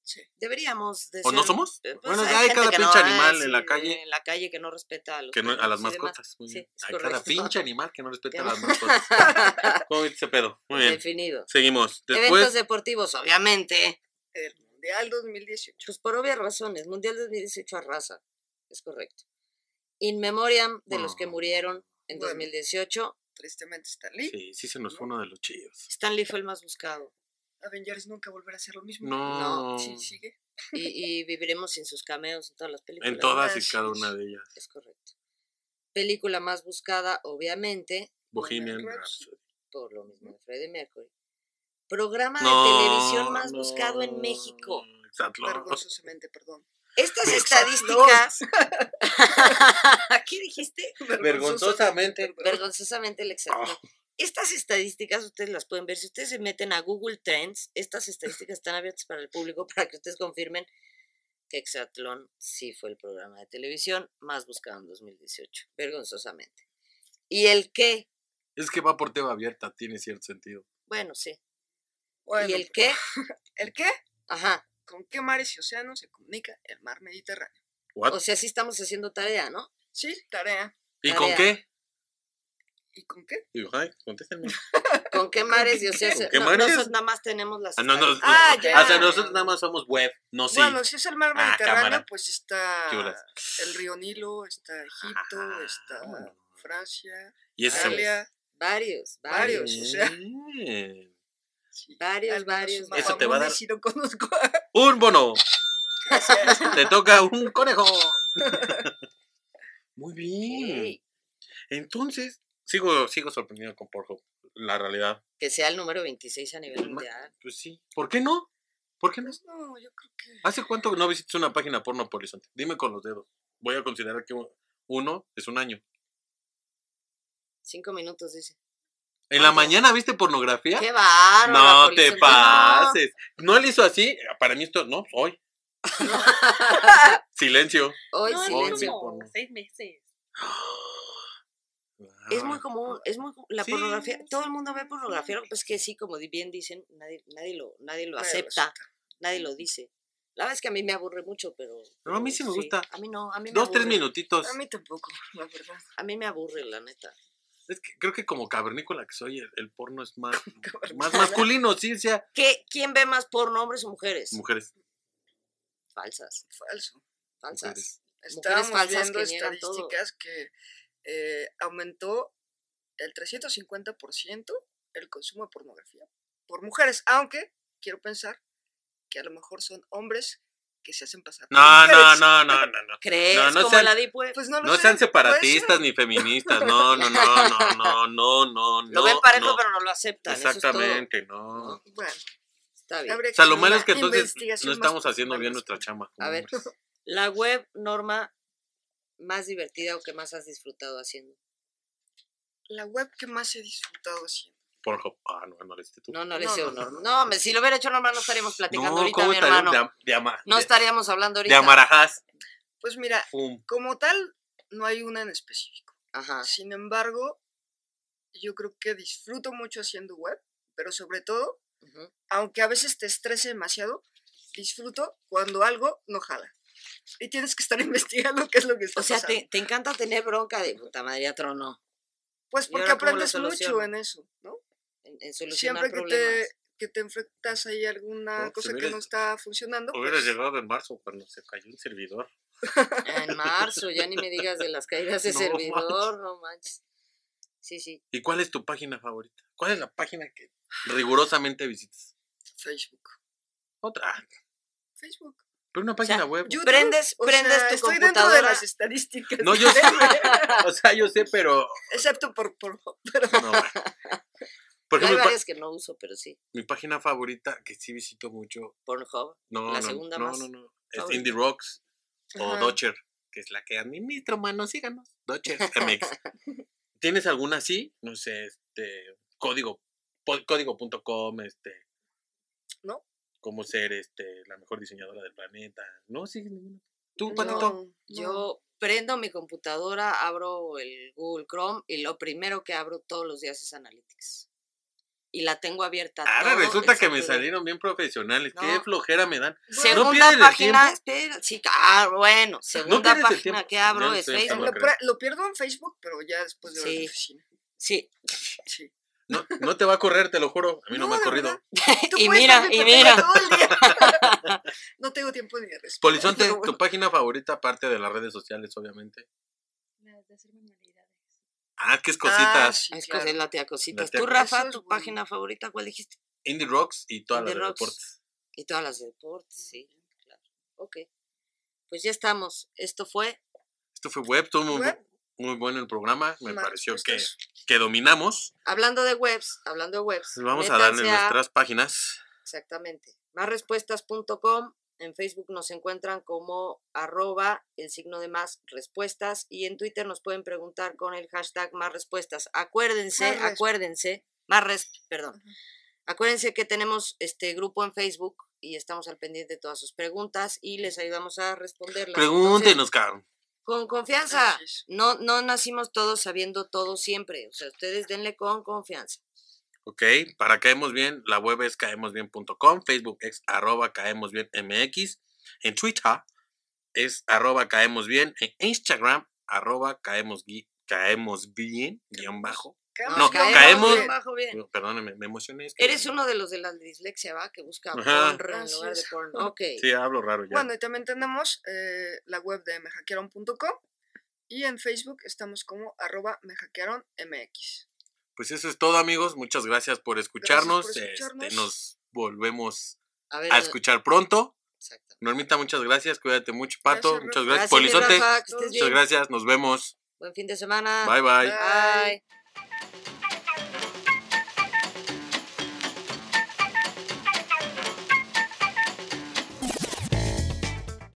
[SPEAKER 3] Sí.
[SPEAKER 4] Deberíamos
[SPEAKER 2] ¿O
[SPEAKER 4] decir.
[SPEAKER 2] no somos?
[SPEAKER 4] Eh, pues,
[SPEAKER 2] bueno, ya
[SPEAKER 4] hay
[SPEAKER 2] hay
[SPEAKER 4] gente
[SPEAKER 2] cada
[SPEAKER 4] que no
[SPEAKER 2] pinche
[SPEAKER 4] va,
[SPEAKER 2] animal
[SPEAKER 4] sí,
[SPEAKER 2] en la calle.
[SPEAKER 4] En la calle que no respeta a, los
[SPEAKER 2] Que no, a las
[SPEAKER 4] perros y demás.
[SPEAKER 2] mascotas. Muy
[SPEAKER 4] Sí,
[SPEAKER 2] bien.
[SPEAKER 4] es
[SPEAKER 2] Hay cada
[SPEAKER 4] correcto.
[SPEAKER 2] pinche animal que no respeta a
[SPEAKER 4] Que
[SPEAKER 2] las mascotas. ¿Cómo viste ese pedo? Muy bien.
[SPEAKER 4] Definido.
[SPEAKER 2] Seguimos.
[SPEAKER 4] Eventos
[SPEAKER 2] Después,
[SPEAKER 4] deportivos, obviamente.
[SPEAKER 3] El Mundial 2018.
[SPEAKER 4] Pues por obvias razones. Mundial 2018 arrasa. Es correcto. In memoriam de los que
[SPEAKER 2] No.
[SPEAKER 4] murieron en
[SPEAKER 3] Bueno.
[SPEAKER 4] 2018.
[SPEAKER 3] Tristemente está Lee.
[SPEAKER 2] sí, sí se nos fue uno de los chidos.
[SPEAKER 4] Stanley fue el más buscado.
[SPEAKER 3] Avengers nunca volverá a hacer lo mismo.
[SPEAKER 2] No.
[SPEAKER 3] Sí, sigue.
[SPEAKER 4] Y, y viviremos sin sus cameos en todas las películas.
[SPEAKER 2] en todas y
[SPEAKER 3] Así
[SPEAKER 2] cada
[SPEAKER 3] es.
[SPEAKER 2] una de ellas.
[SPEAKER 4] Es correcto. Película más buscada, obviamente,
[SPEAKER 2] Bohemian
[SPEAKER 3] Rhapsody.
[SPEAKER 2] Rhapsody.
[SPEAKER 4] por lo mismo de Freddie Mercury. Programa
[SPEAKER 2] No,
[SPEAKER 4] de televisión más
[SPEAKER 2] no,
[SPEAKER 4] buscado en México.
[SPEAKER 2] Exacto.
[SPEAKER 3] Vergonzosamente, perdón.
[SPEAKER 4] Estas
[SPEAKER 3] Exacto.
[SPEAKER 4] estadísticas. ¿Qué dijiste?
[SPEAKER 2] Vergonzosamente.
[SPEAKER 3] perdón.
[SPEAKER 4] Vergonzosamente el exacto.
[SPEAKER 2] Ah,
[SPEAKER 4] Estas estadísticas ustedes las pueden ver. Si ustedes se meten a Google Trends, estas estadísticas están abiertas para el público para que ustedes confirmen que Exatlón sí fue el programa de televisión más buscado en 2018, vergonzosamente. ¿Y el qué?
[SPEAKER 2] Es que va por tema abierta, tiene cierto sentido.
[SPEAKER 4] Bueno, sí.
[SPEAKER 3] Bueno,
[SPEAKER 4] ¿Y
[SPEAKER 2] pues,
[SPEAKER 4] el qué?
[SPEAKER 2] ah.
[SPEAKER 3] ¿El qué?
[SPEAKER 4] Ajá.
[SPEAKER 3] ¿Con qué mares y océanos se comunica el mar Mediterráneo?
[SPEAKER 2] What?
[SPEAKER 4] O sea, sí estamos haciendo tarea, ¿no?
[SPEAKER 3] Sí, tarea.
[SPEAKER 2] ¿Y con
[SPEAKER 4] tarea.
[SPEAKER 2] qué?
[SPEAKER 3] ¿Y con qué?
[SPEAKER 2] Digo, ay, contéstenme.
[SPEAKER 4] ¿Con qué mares y océanos?
[SPEAKER 2] ¿Con qué
[SPEAKER 4] No,
[SPEAKER 2] mares?
[SPEAKER 4] Nosotros nada más tenemos las.
[SPEAKER 2] Ah, no, no, no.
[SPEAKER 4] estadísticas.
[SPEAKER 3] Ah, ya.
[SPEAKER 2] o sea, nosotros nada más somos web, no Oh, sí.
[SPEAKER 3] Bueno, si es el mar
[SPEAKER 2] Ah,
[SPEAKER 3] Mediterráneo,
[SPEAKER 2] cámara.
[SPEAKER 3] pues está
[SPEAKER 2] ¿Qué horas?
[SPEAKER 3] el río Nilo, está Egipto,
[SPEAKER 2] Ah,
[SPEAKER 3] está
[SPEAKER 2] bueno.
[SPEAKER 3] Francia,
[SPEAKER 2] y ese es el-
[SPEAKER 3] Italia.
[SPEAKER 4] Varios, varios.
[SPEAKER 3] Varios. o sea.
[SPEAKER 2] Mm.
[SPEAKER 3] Sí.
[SPEAKER 4] Varios,
[SPEAKER 3] Al menos
[SPEAKER 4] varios,
[SPEAKER 3] un
[SPEAKER 4] varios.
[SPEAKER 2] Eso te va a dar-
[SPEAKER 3] mapamundi sí lo conozco.
[SPEAKER 2] Un bono. Te toca un conejo. Muy bien.
[SPEAKER 4] Sí,
[SPEAKER 2] Entonces, sigo, sigo sorprendido con Pornhub. La realidad,
[SPEAKER 4] que sea el número 26 a nivel
[SPEAKER 2] Ma-
[SPEAKER 4] mundial.
[SPEAKER 2] pues sí. ¿Por qué no? ¿Por qué no?
[SPEAKER 3] Pues no, yo creo que.
[SPEAKER 2] ¿Hace cuánto no visitas una página porno por horizonte? Dime con los dedos. Voy a considerar que u- uno es un año.
[SPEAKER 4] Cinco minutos, dice.
[SPEAKER 2] ¿En la
[SPEAKER 4] ¿Cuánto?
[SPEAKER 2] mañana viste pornografía?
[SPEAKER 4] ¡Qué bárbaro!
[SPEAKER 2] No
[SPEAKER 4] Rafael,
[SPEAKER 2] te
[SPEAKER 4] soltero.
[SPEAKER 2] pases. No le hizo así. Para mí esto, no, hoy. Silencio.
[SPEAKER 4] Hoy
[SPEAKER 5] no,
[SPEAKER 2] sí,
[SPEAKER 5] es
[SPEAKER 4] silencio.
[SPEAKER 2] por
[SPEAKER 5] como
[SPEAKER 2] no.
[SPEAKER 5] seis meses.
[SPEAKER 4] Es
[SPEAKER 2] Ah,
[SPEAKER 4] muy común, es muy la
[SPEAKER 2] Sí,
[SPEAKER 4] pornografía, todo el mundo ve
[SPEAKER 5] sí.
[SPEAKER 4] pornografía, lo que pasa es que sí, como di- bien dicen, nadie, nadie lo, nadie lo
[SPEAKER 3] Nadie lo
[SPEAKER 4] acepta, nadie lo dice. La verdad es que a mí me aburre mucho, pero.
[SPEAKER 2] No, a mí sí me gusta.
[SPEAKER 4] A mí no, a mí me
[SPEAKER 2] Dos, tres
[SPEAKER 4] aburre.
[SPEAKER 2] minutitos.
[SPEAKER 3] A mí tampoco, la verdad.
[SPEAKER 4] A mí me aburre, la neta.
[SPEAKER 2] Es que creo que como cavernícola que soy, el, el porno es más, más
[SPEAKER 3] Cavernícola.
[SPEAKER 2] masculino, sí, o sea.
[SPEAKER 4] ¿Qué, ¿Quién ve más porno, hombres o mujeres?
[SPEAKER 2] Mujeres.
[SPEAKER 4] Falsas,
[SPEAKER 3] Falso.
[SPEAKER 4] falsas.
[SPEAKER 2] Mujeres.
[SPEAKER 3] Estábamos
[SPEAKER 4] falsas
[SPEAKER 3] viendo
[SPEAKER 4] que niegan todo.
[SPEAKER 3] estadísticas que eh, aumentó el 350% el consumo de pornografía por mujeres, aunque quiero pensar que a lo mejor son hombres que se hacen pasar por
[SPEAKER 2] No, no,
[SPEAKER 3] mujeres.
[SPEAKER 2] no, no, no, no.
[SPEAKER 4] ¿Crees?
[SPEAKER 2] No, no
[SPEAKER 4] como
[SPEAKER 2] sean-
[SPEAKER 4] la Deep Web.
[SPEAKER 3] Pues no lo
[SPEAKER 2] No
[SPEAKER 3] sé,
[SPEAKER 2] sean
[SPEAKER 3] puede
[SPEAKER 2] separatistas
[SPEAKER 3] ser.
[SPEAKER 2] ni feministas. No, no, no, no, no, no, no.
[SPEAKER 4] lo
[SPEAKER 2] no,
[SPEAKER 4] ven parejo,
[SPEAKER 2] no.
[SPEAKER 4] pero no lo aceptan. eso es todo.
[SPEAKER 2] Exactamente, no.
[SPEAKER 3] Bueno,
[SPEAKER 4] Está bien.
[SPEAKER 3] habría
[SPEAKER 2] O sea,
[SPEAKER 3] que
[SPEAKER 2] lo
[SPEAKER 3] hacer
[SPEAKER 2] malo
[SPEAKER 3] una
[SPEAKER 2] es que entonces
[SPEAKER 3] investigación
[SPEAKER 2] no
[SPEAKER 3] más
[SPEAKER 2] estamos haciendo
[SPEAKER 3] profunda
[SPEAKER 2] bien
[SPEAKER 3] al
[SPEAKER 2] nuestra
[SPEAKER 3] respecto.
[SPEAKER 2] chamba.
[SPEAKER 4] A ver.
[SPEAKER 2] hombres.
[SPEAKER 4] La web, Norma, más divertida o que más has disfrutado haciendo.
[SPEAKER 3] La web que más he disfrutado haciendo.
[SPEAKER 2] Pornhub. Ah, no, no le hiciste tú.
[SPEAKER 4] No, no le
[SPEAKER 3] No,
[SPEAKER 4] sé
[SPEAKER 3] no,
[SPEAKER 4] honor. No, hombre, si lo hubiera hecho normal no estaríamos platicando
[SPEAKER 2] No,
[SPEAKER 4] ahorita,
[SPEAKER 2] ¿cómo
[SPEAKER 4] mi
[SPEAKER 2] estaríamos
[SPEAKER 4] hermano.
[SPEAKER 2] de, am- de, ama-
[SPEAKER 4] no
[SPEAKER 2] de-
[SPEAKER 4] estaríamos hablando
[SPEAKER 2] de
[SPEAKER 4] ahorita.
[SPEAKER 2] amarajás?
[SPEAKER 3] Pues mira,
[SPEAKER 2] Pum.
[SPEAKER 3] como tal, no hay una en específico.
[SPEAKER 4] Ajá.
[SPEAKER 3] Sin embargo, yo creo que disfruto mucho haciendo web, pero sobre todo,
[SPEAKER 4] ujú.
[SPEAKER 3] aunque a veces te estrese demasiado, disfruto cuando algo no jala. Y tienes que estar investigando qué es lo que está
[SPEAKER 4] O sea,
[SPEAKER 3] pasando.
[SPEAKER 4] te, te encanta tener bronca de puta madre, trono.
[SPEAKER 3] Pues
[SPEAKER 4] ¿y
[SPEAKER 3] porque
[SPEAKER 4] ahora cómo lo
[SPEAKER 3] aprendes mucho
[SPEAKER 4] soluciono?
[SPEAKER 3] en eso, ¿no?
[SPEAKER 4] En, en solucionar
[SPEAKER 3] Siempre que
[SPEAKER 4] problemas.
[SPEAKER 3] te, que te enfrentas ahí a alguna
[SPEAKER 2] No, pues,
[SPEAKER 3] cosa
[SPEAKER 2] se
[SPEAKER 3] que
[SPEAKER 2] mira-
[SPEAKER 3] no está funcionando,
[SPEAKER 2] Hubiera
[SPEAKER 3] pues,
[SPEAKER 2] llegado en marzo cuando se cayó el servidor.
[SPEAKER 4] Ah, En marzo, ya ni me digas de las caídas de
[SPEAKER 2] No
[SPEAKER 4] servidor, no manches. Sí, sí.
[SPEAKER 2] ¿Y cuál es tu página favorita? ¿Cuál es la página que rigurosamente visitas?
[SPEAKER 3] Facebook.
[SPEAKER 2] Otra. Ah,
[SPEAKER 3] Facebook.
[SPEAKER 2] Pero una página web.
[SPEAKER 3] YouTube,
[SPEAKER 4] Prendes,
[SPEAKER 3] o
[SPEAKER 4] prendes
[SPEAKER 3] sea,
[SPEAKER 4] tu
[SPEAKER 3] estoy dentro de
[SPEAKER 4] computadora.
[SPEAKER 3] las estadísticas.
[SPEAKER 2] No, yo sé. o sea, yo sé, pero.
[SPEAKER 3] Excepto por, por
[SPEAKER 2] No, bueno. Por
[SPEAKER 4] Hay
[SPEAKER 2] ejemplo, mi, pa-
[SPEAKER 4] varias que no uso, pero sí.
[SPEAKER 2] mi página favorita que sí visito mucho.
[SPEAKER 4] Pornhub.
[SPEAKER 2] No,
[SPEAKER 4] La
[SPEAKER 2] no,
[SPEAKER 4] segunda
[SPEAKER 2] no,
[SPEAKER 4] más
[SPEAKER 2] no, no. Es
[SPEAKER 4] favorita.
[SPEAKER 2] Indie Rocks o
[SPEAKER 3] Ajá.
[SPEAKER 2] Dodger, que es la que administro, mano. Síganos. Dodger MX. ¿Tienes alguna así? No sé, este. Código. po- Código.com, este.
[SPEAKER 3] No.
[SPEAKER 2] Cómo ser este, la mejor diseñadora del planeta. No, sí, ninguna. ¿Tú,
[SPEAKER 4] No.
[SPEAKER 2] Patito?
[SPEAKER 4] Yo prendo mi computadora, abro el Google Chrome y lo primero que abro todos los días es Analytics. Y la tengo abierta.
[SPEAKER 2] Ah, Ahora
[SPEAKER 4] todo el
[SPEAKER 2] resulta que me
[SPEAKER 4] santo día.
[SPEAKER 2] salieron bien profesionales. Qué
[SPEAKER 4] No.
[SPEAKER 2] flojera me dan.
[SPEAKER 4] Segunda
[SPEAKER 2] ¿No pierdes el
[SPEAKER 4] página,
[SPEAKER 2] tiempo?
[SPEAKER 4] espera, sí, ah, bueno, segunda
[SPEAKER 2] pierdes el
[SPEAKER 4] página
[SPEAKER 2] tiempo?
[SPEAKER 4] que abro
[SPEAKER 2] Ya me
[SPEAKER 4] es
[SPEAKER 2] estoy hartando.
[SPEAKER 4] Facebook.
[SPEAKER 2] lo
[SPEAKER 3] eh, lo,
[SPEAKER 2] creo.
[SPEAKER 3] pra- lo pierdo en Facebook, pero ya después de la
[SPEAKER 4] Sí.
[SPEAKER 3] oficina.
[SPEAKER 4] Sí,
[SPEAKER 3] Sí.
[SPEAKER 2] No, no te va a correr, te lo juro. A mí no,
[SPEAKER 3] No,
[SPEAKER 2] me ha
[SPEAKER 3] de
[SPEAKER 2] corrido.
[SPEAKER 3] verdad. Tú
[SPEAKER 4] y
[SPEAKER 3] puedes
[SPEAKER 4] mira,
[SPEAKER 3] estar
[SPEAKER 4] y
[SPEAKER 3] viendo
[SPEAKER 4] mira.
[SPEAKER 3] tele todo el día. no tengo tiempo ni de respirar.
[SPEAKER 2] Polizonte,
[SPEAKER 3] pero bueno.
[SPEAKER 2] tu página favorita, aparte de las redes sociales, obviamente.
[SPEAKER 5] Las de hacer manualidades.
[SPEAKER 2] Ah, que es
[SPEAKER 3] Ah,
[SPEAKER 2] cositas.
[SPEAKER 3] sí,
[SPEAKER 4] Es
[SPEAKER 3] claro.
[SPEAKER 4] cosa- la tía cositas.
[SPEAKER 2] tía
[SPEAKER 4] Tú,
[SPEAKER 2] Cositas.
[SPEAKER 4] Rafa,
[SPEAKER 3] Eso es
[SPEAKER 4] tu
[SPEAKER 3] bueno.
[SPEAKER 4] página favorita, ¿cuál dijiste?
[SPEAKER 2] Indie Rocks y todas
[SPEAKER 4] Indie
[SPEAKER 2] las de
[SPEAKER 4] Rocks.
[SPEAKER 2] deportes.
[SPEAKER 4] Y todas las de deportes, sí, claro. Ok. Pues ya estamos. Esto fue
[SPEAKER 2] Esto fue web, estuvo muy,
[SPEAKER 3] Web.
[SPEAKER 2] muy bueno el programa. Me
[SPEAKER 3] Más
[SPEAKER 2] pareció que,
[SPEAKER 3] respuestas.
[SPEAKER 2] que dominamos.
[SPEAKER 4] hablando de webs, hablando de webs.
[SPEAKER 2] Vamos a darle
[SPEAKER 4] métanse a-
[SPEAKER 2] nuestras páginas.
[SPEAKER 4] Exactamente. Másrespuestas.com. En Facebook nos encuentran como arroba el signo de más respuestas y en Twitter nos pueden preguntar con el hashtag más respuestas. Acuérdense,
[SPEAKER 3] Más res-
[SPEAKER 4] acuérdense, más res, perdón. Acuérdense que tenemos este grupo en Facebook y estamos al pendiente de todas sus preguntas y les ayudamos a responderlas. Entonces,
[SPEAKER 2] Pregúntenos, cabrón.
[SPEAKER 4] con confianza.
[SPEAKER 3] Así es.
[SPEAKER 4] No, no nacimos todos sabiendo todo siempre. O sea, ustedes denle con confianza.
[SPEAKER 2] Ok, para Caemos Bien, la web es caemosbien.com, Facebook es arroba caemosbienmx, en Twitter es arroba caemosbien, en Instagram arroba caemos, gui- caemos bien, guión bajo.
[SPEAKER 3] Caemos
[SPEAKER 2] No,
[SPEAKER 3] bien,
[SPEAKER 2] caemos-
[SPEAKER 3] bien.
[SPEAKER 4] bajo bien.
[SPEAKER 2] No, Perdóname, me emocioné. es que-
[SPEAKER 4] Eres uno de los de la dislexia, ¿va? Que busca
[SPEAKER 2] Ajá.
[SPEAKER 4] porn en
[SPEAKER 3] Así
[SPEAKER 4] lugar de
[SPEAKER 3] es.
[SPEAKER 4] porn. Ok.
[SPEAKER 2] Sí, hablo raro ya.
[SPEAKER 3] Bueno, y también tenemos eh, la web de mehackearon.com y en Facebook estamos como arroba mehackearonmx.
[SPEAKER 2] Pues eso es todo, amigos. Muchas gracias por escucharnos. este,
[SPEAKER 3] escucharnos.
[SPEAKER 2] nos volvemos
[SPEAKER 4] A ver.
[SPEAKER 2] a escuchar pronto.
[SPEAKER 4] Exacto.
[SPEAKER 2] Normita, muchas gracias. Cuídate mucho, Pato.
[SPEAKER 3] Gracias,
[SPEAKER 2] muchas
[SPEAKER 3] Rafa.
[SPEAKER 2] gracias,
[SPEAKER 4] Gracias, mi
[SPEAKER 2] Polizonte.
[SPEAKER 4] Rafa, que estés
[SPEAKER 2] Muchas
[SPEAKER 4] bien.
[SPEAKER 2] gracias. Nos vemos.
[SPEAKER 4] Buen fin de semana.
[SPEAKER 2] bye. bye.
[SPEAKER 3] Bye.
[SPEAKER 4] Ah, Bye.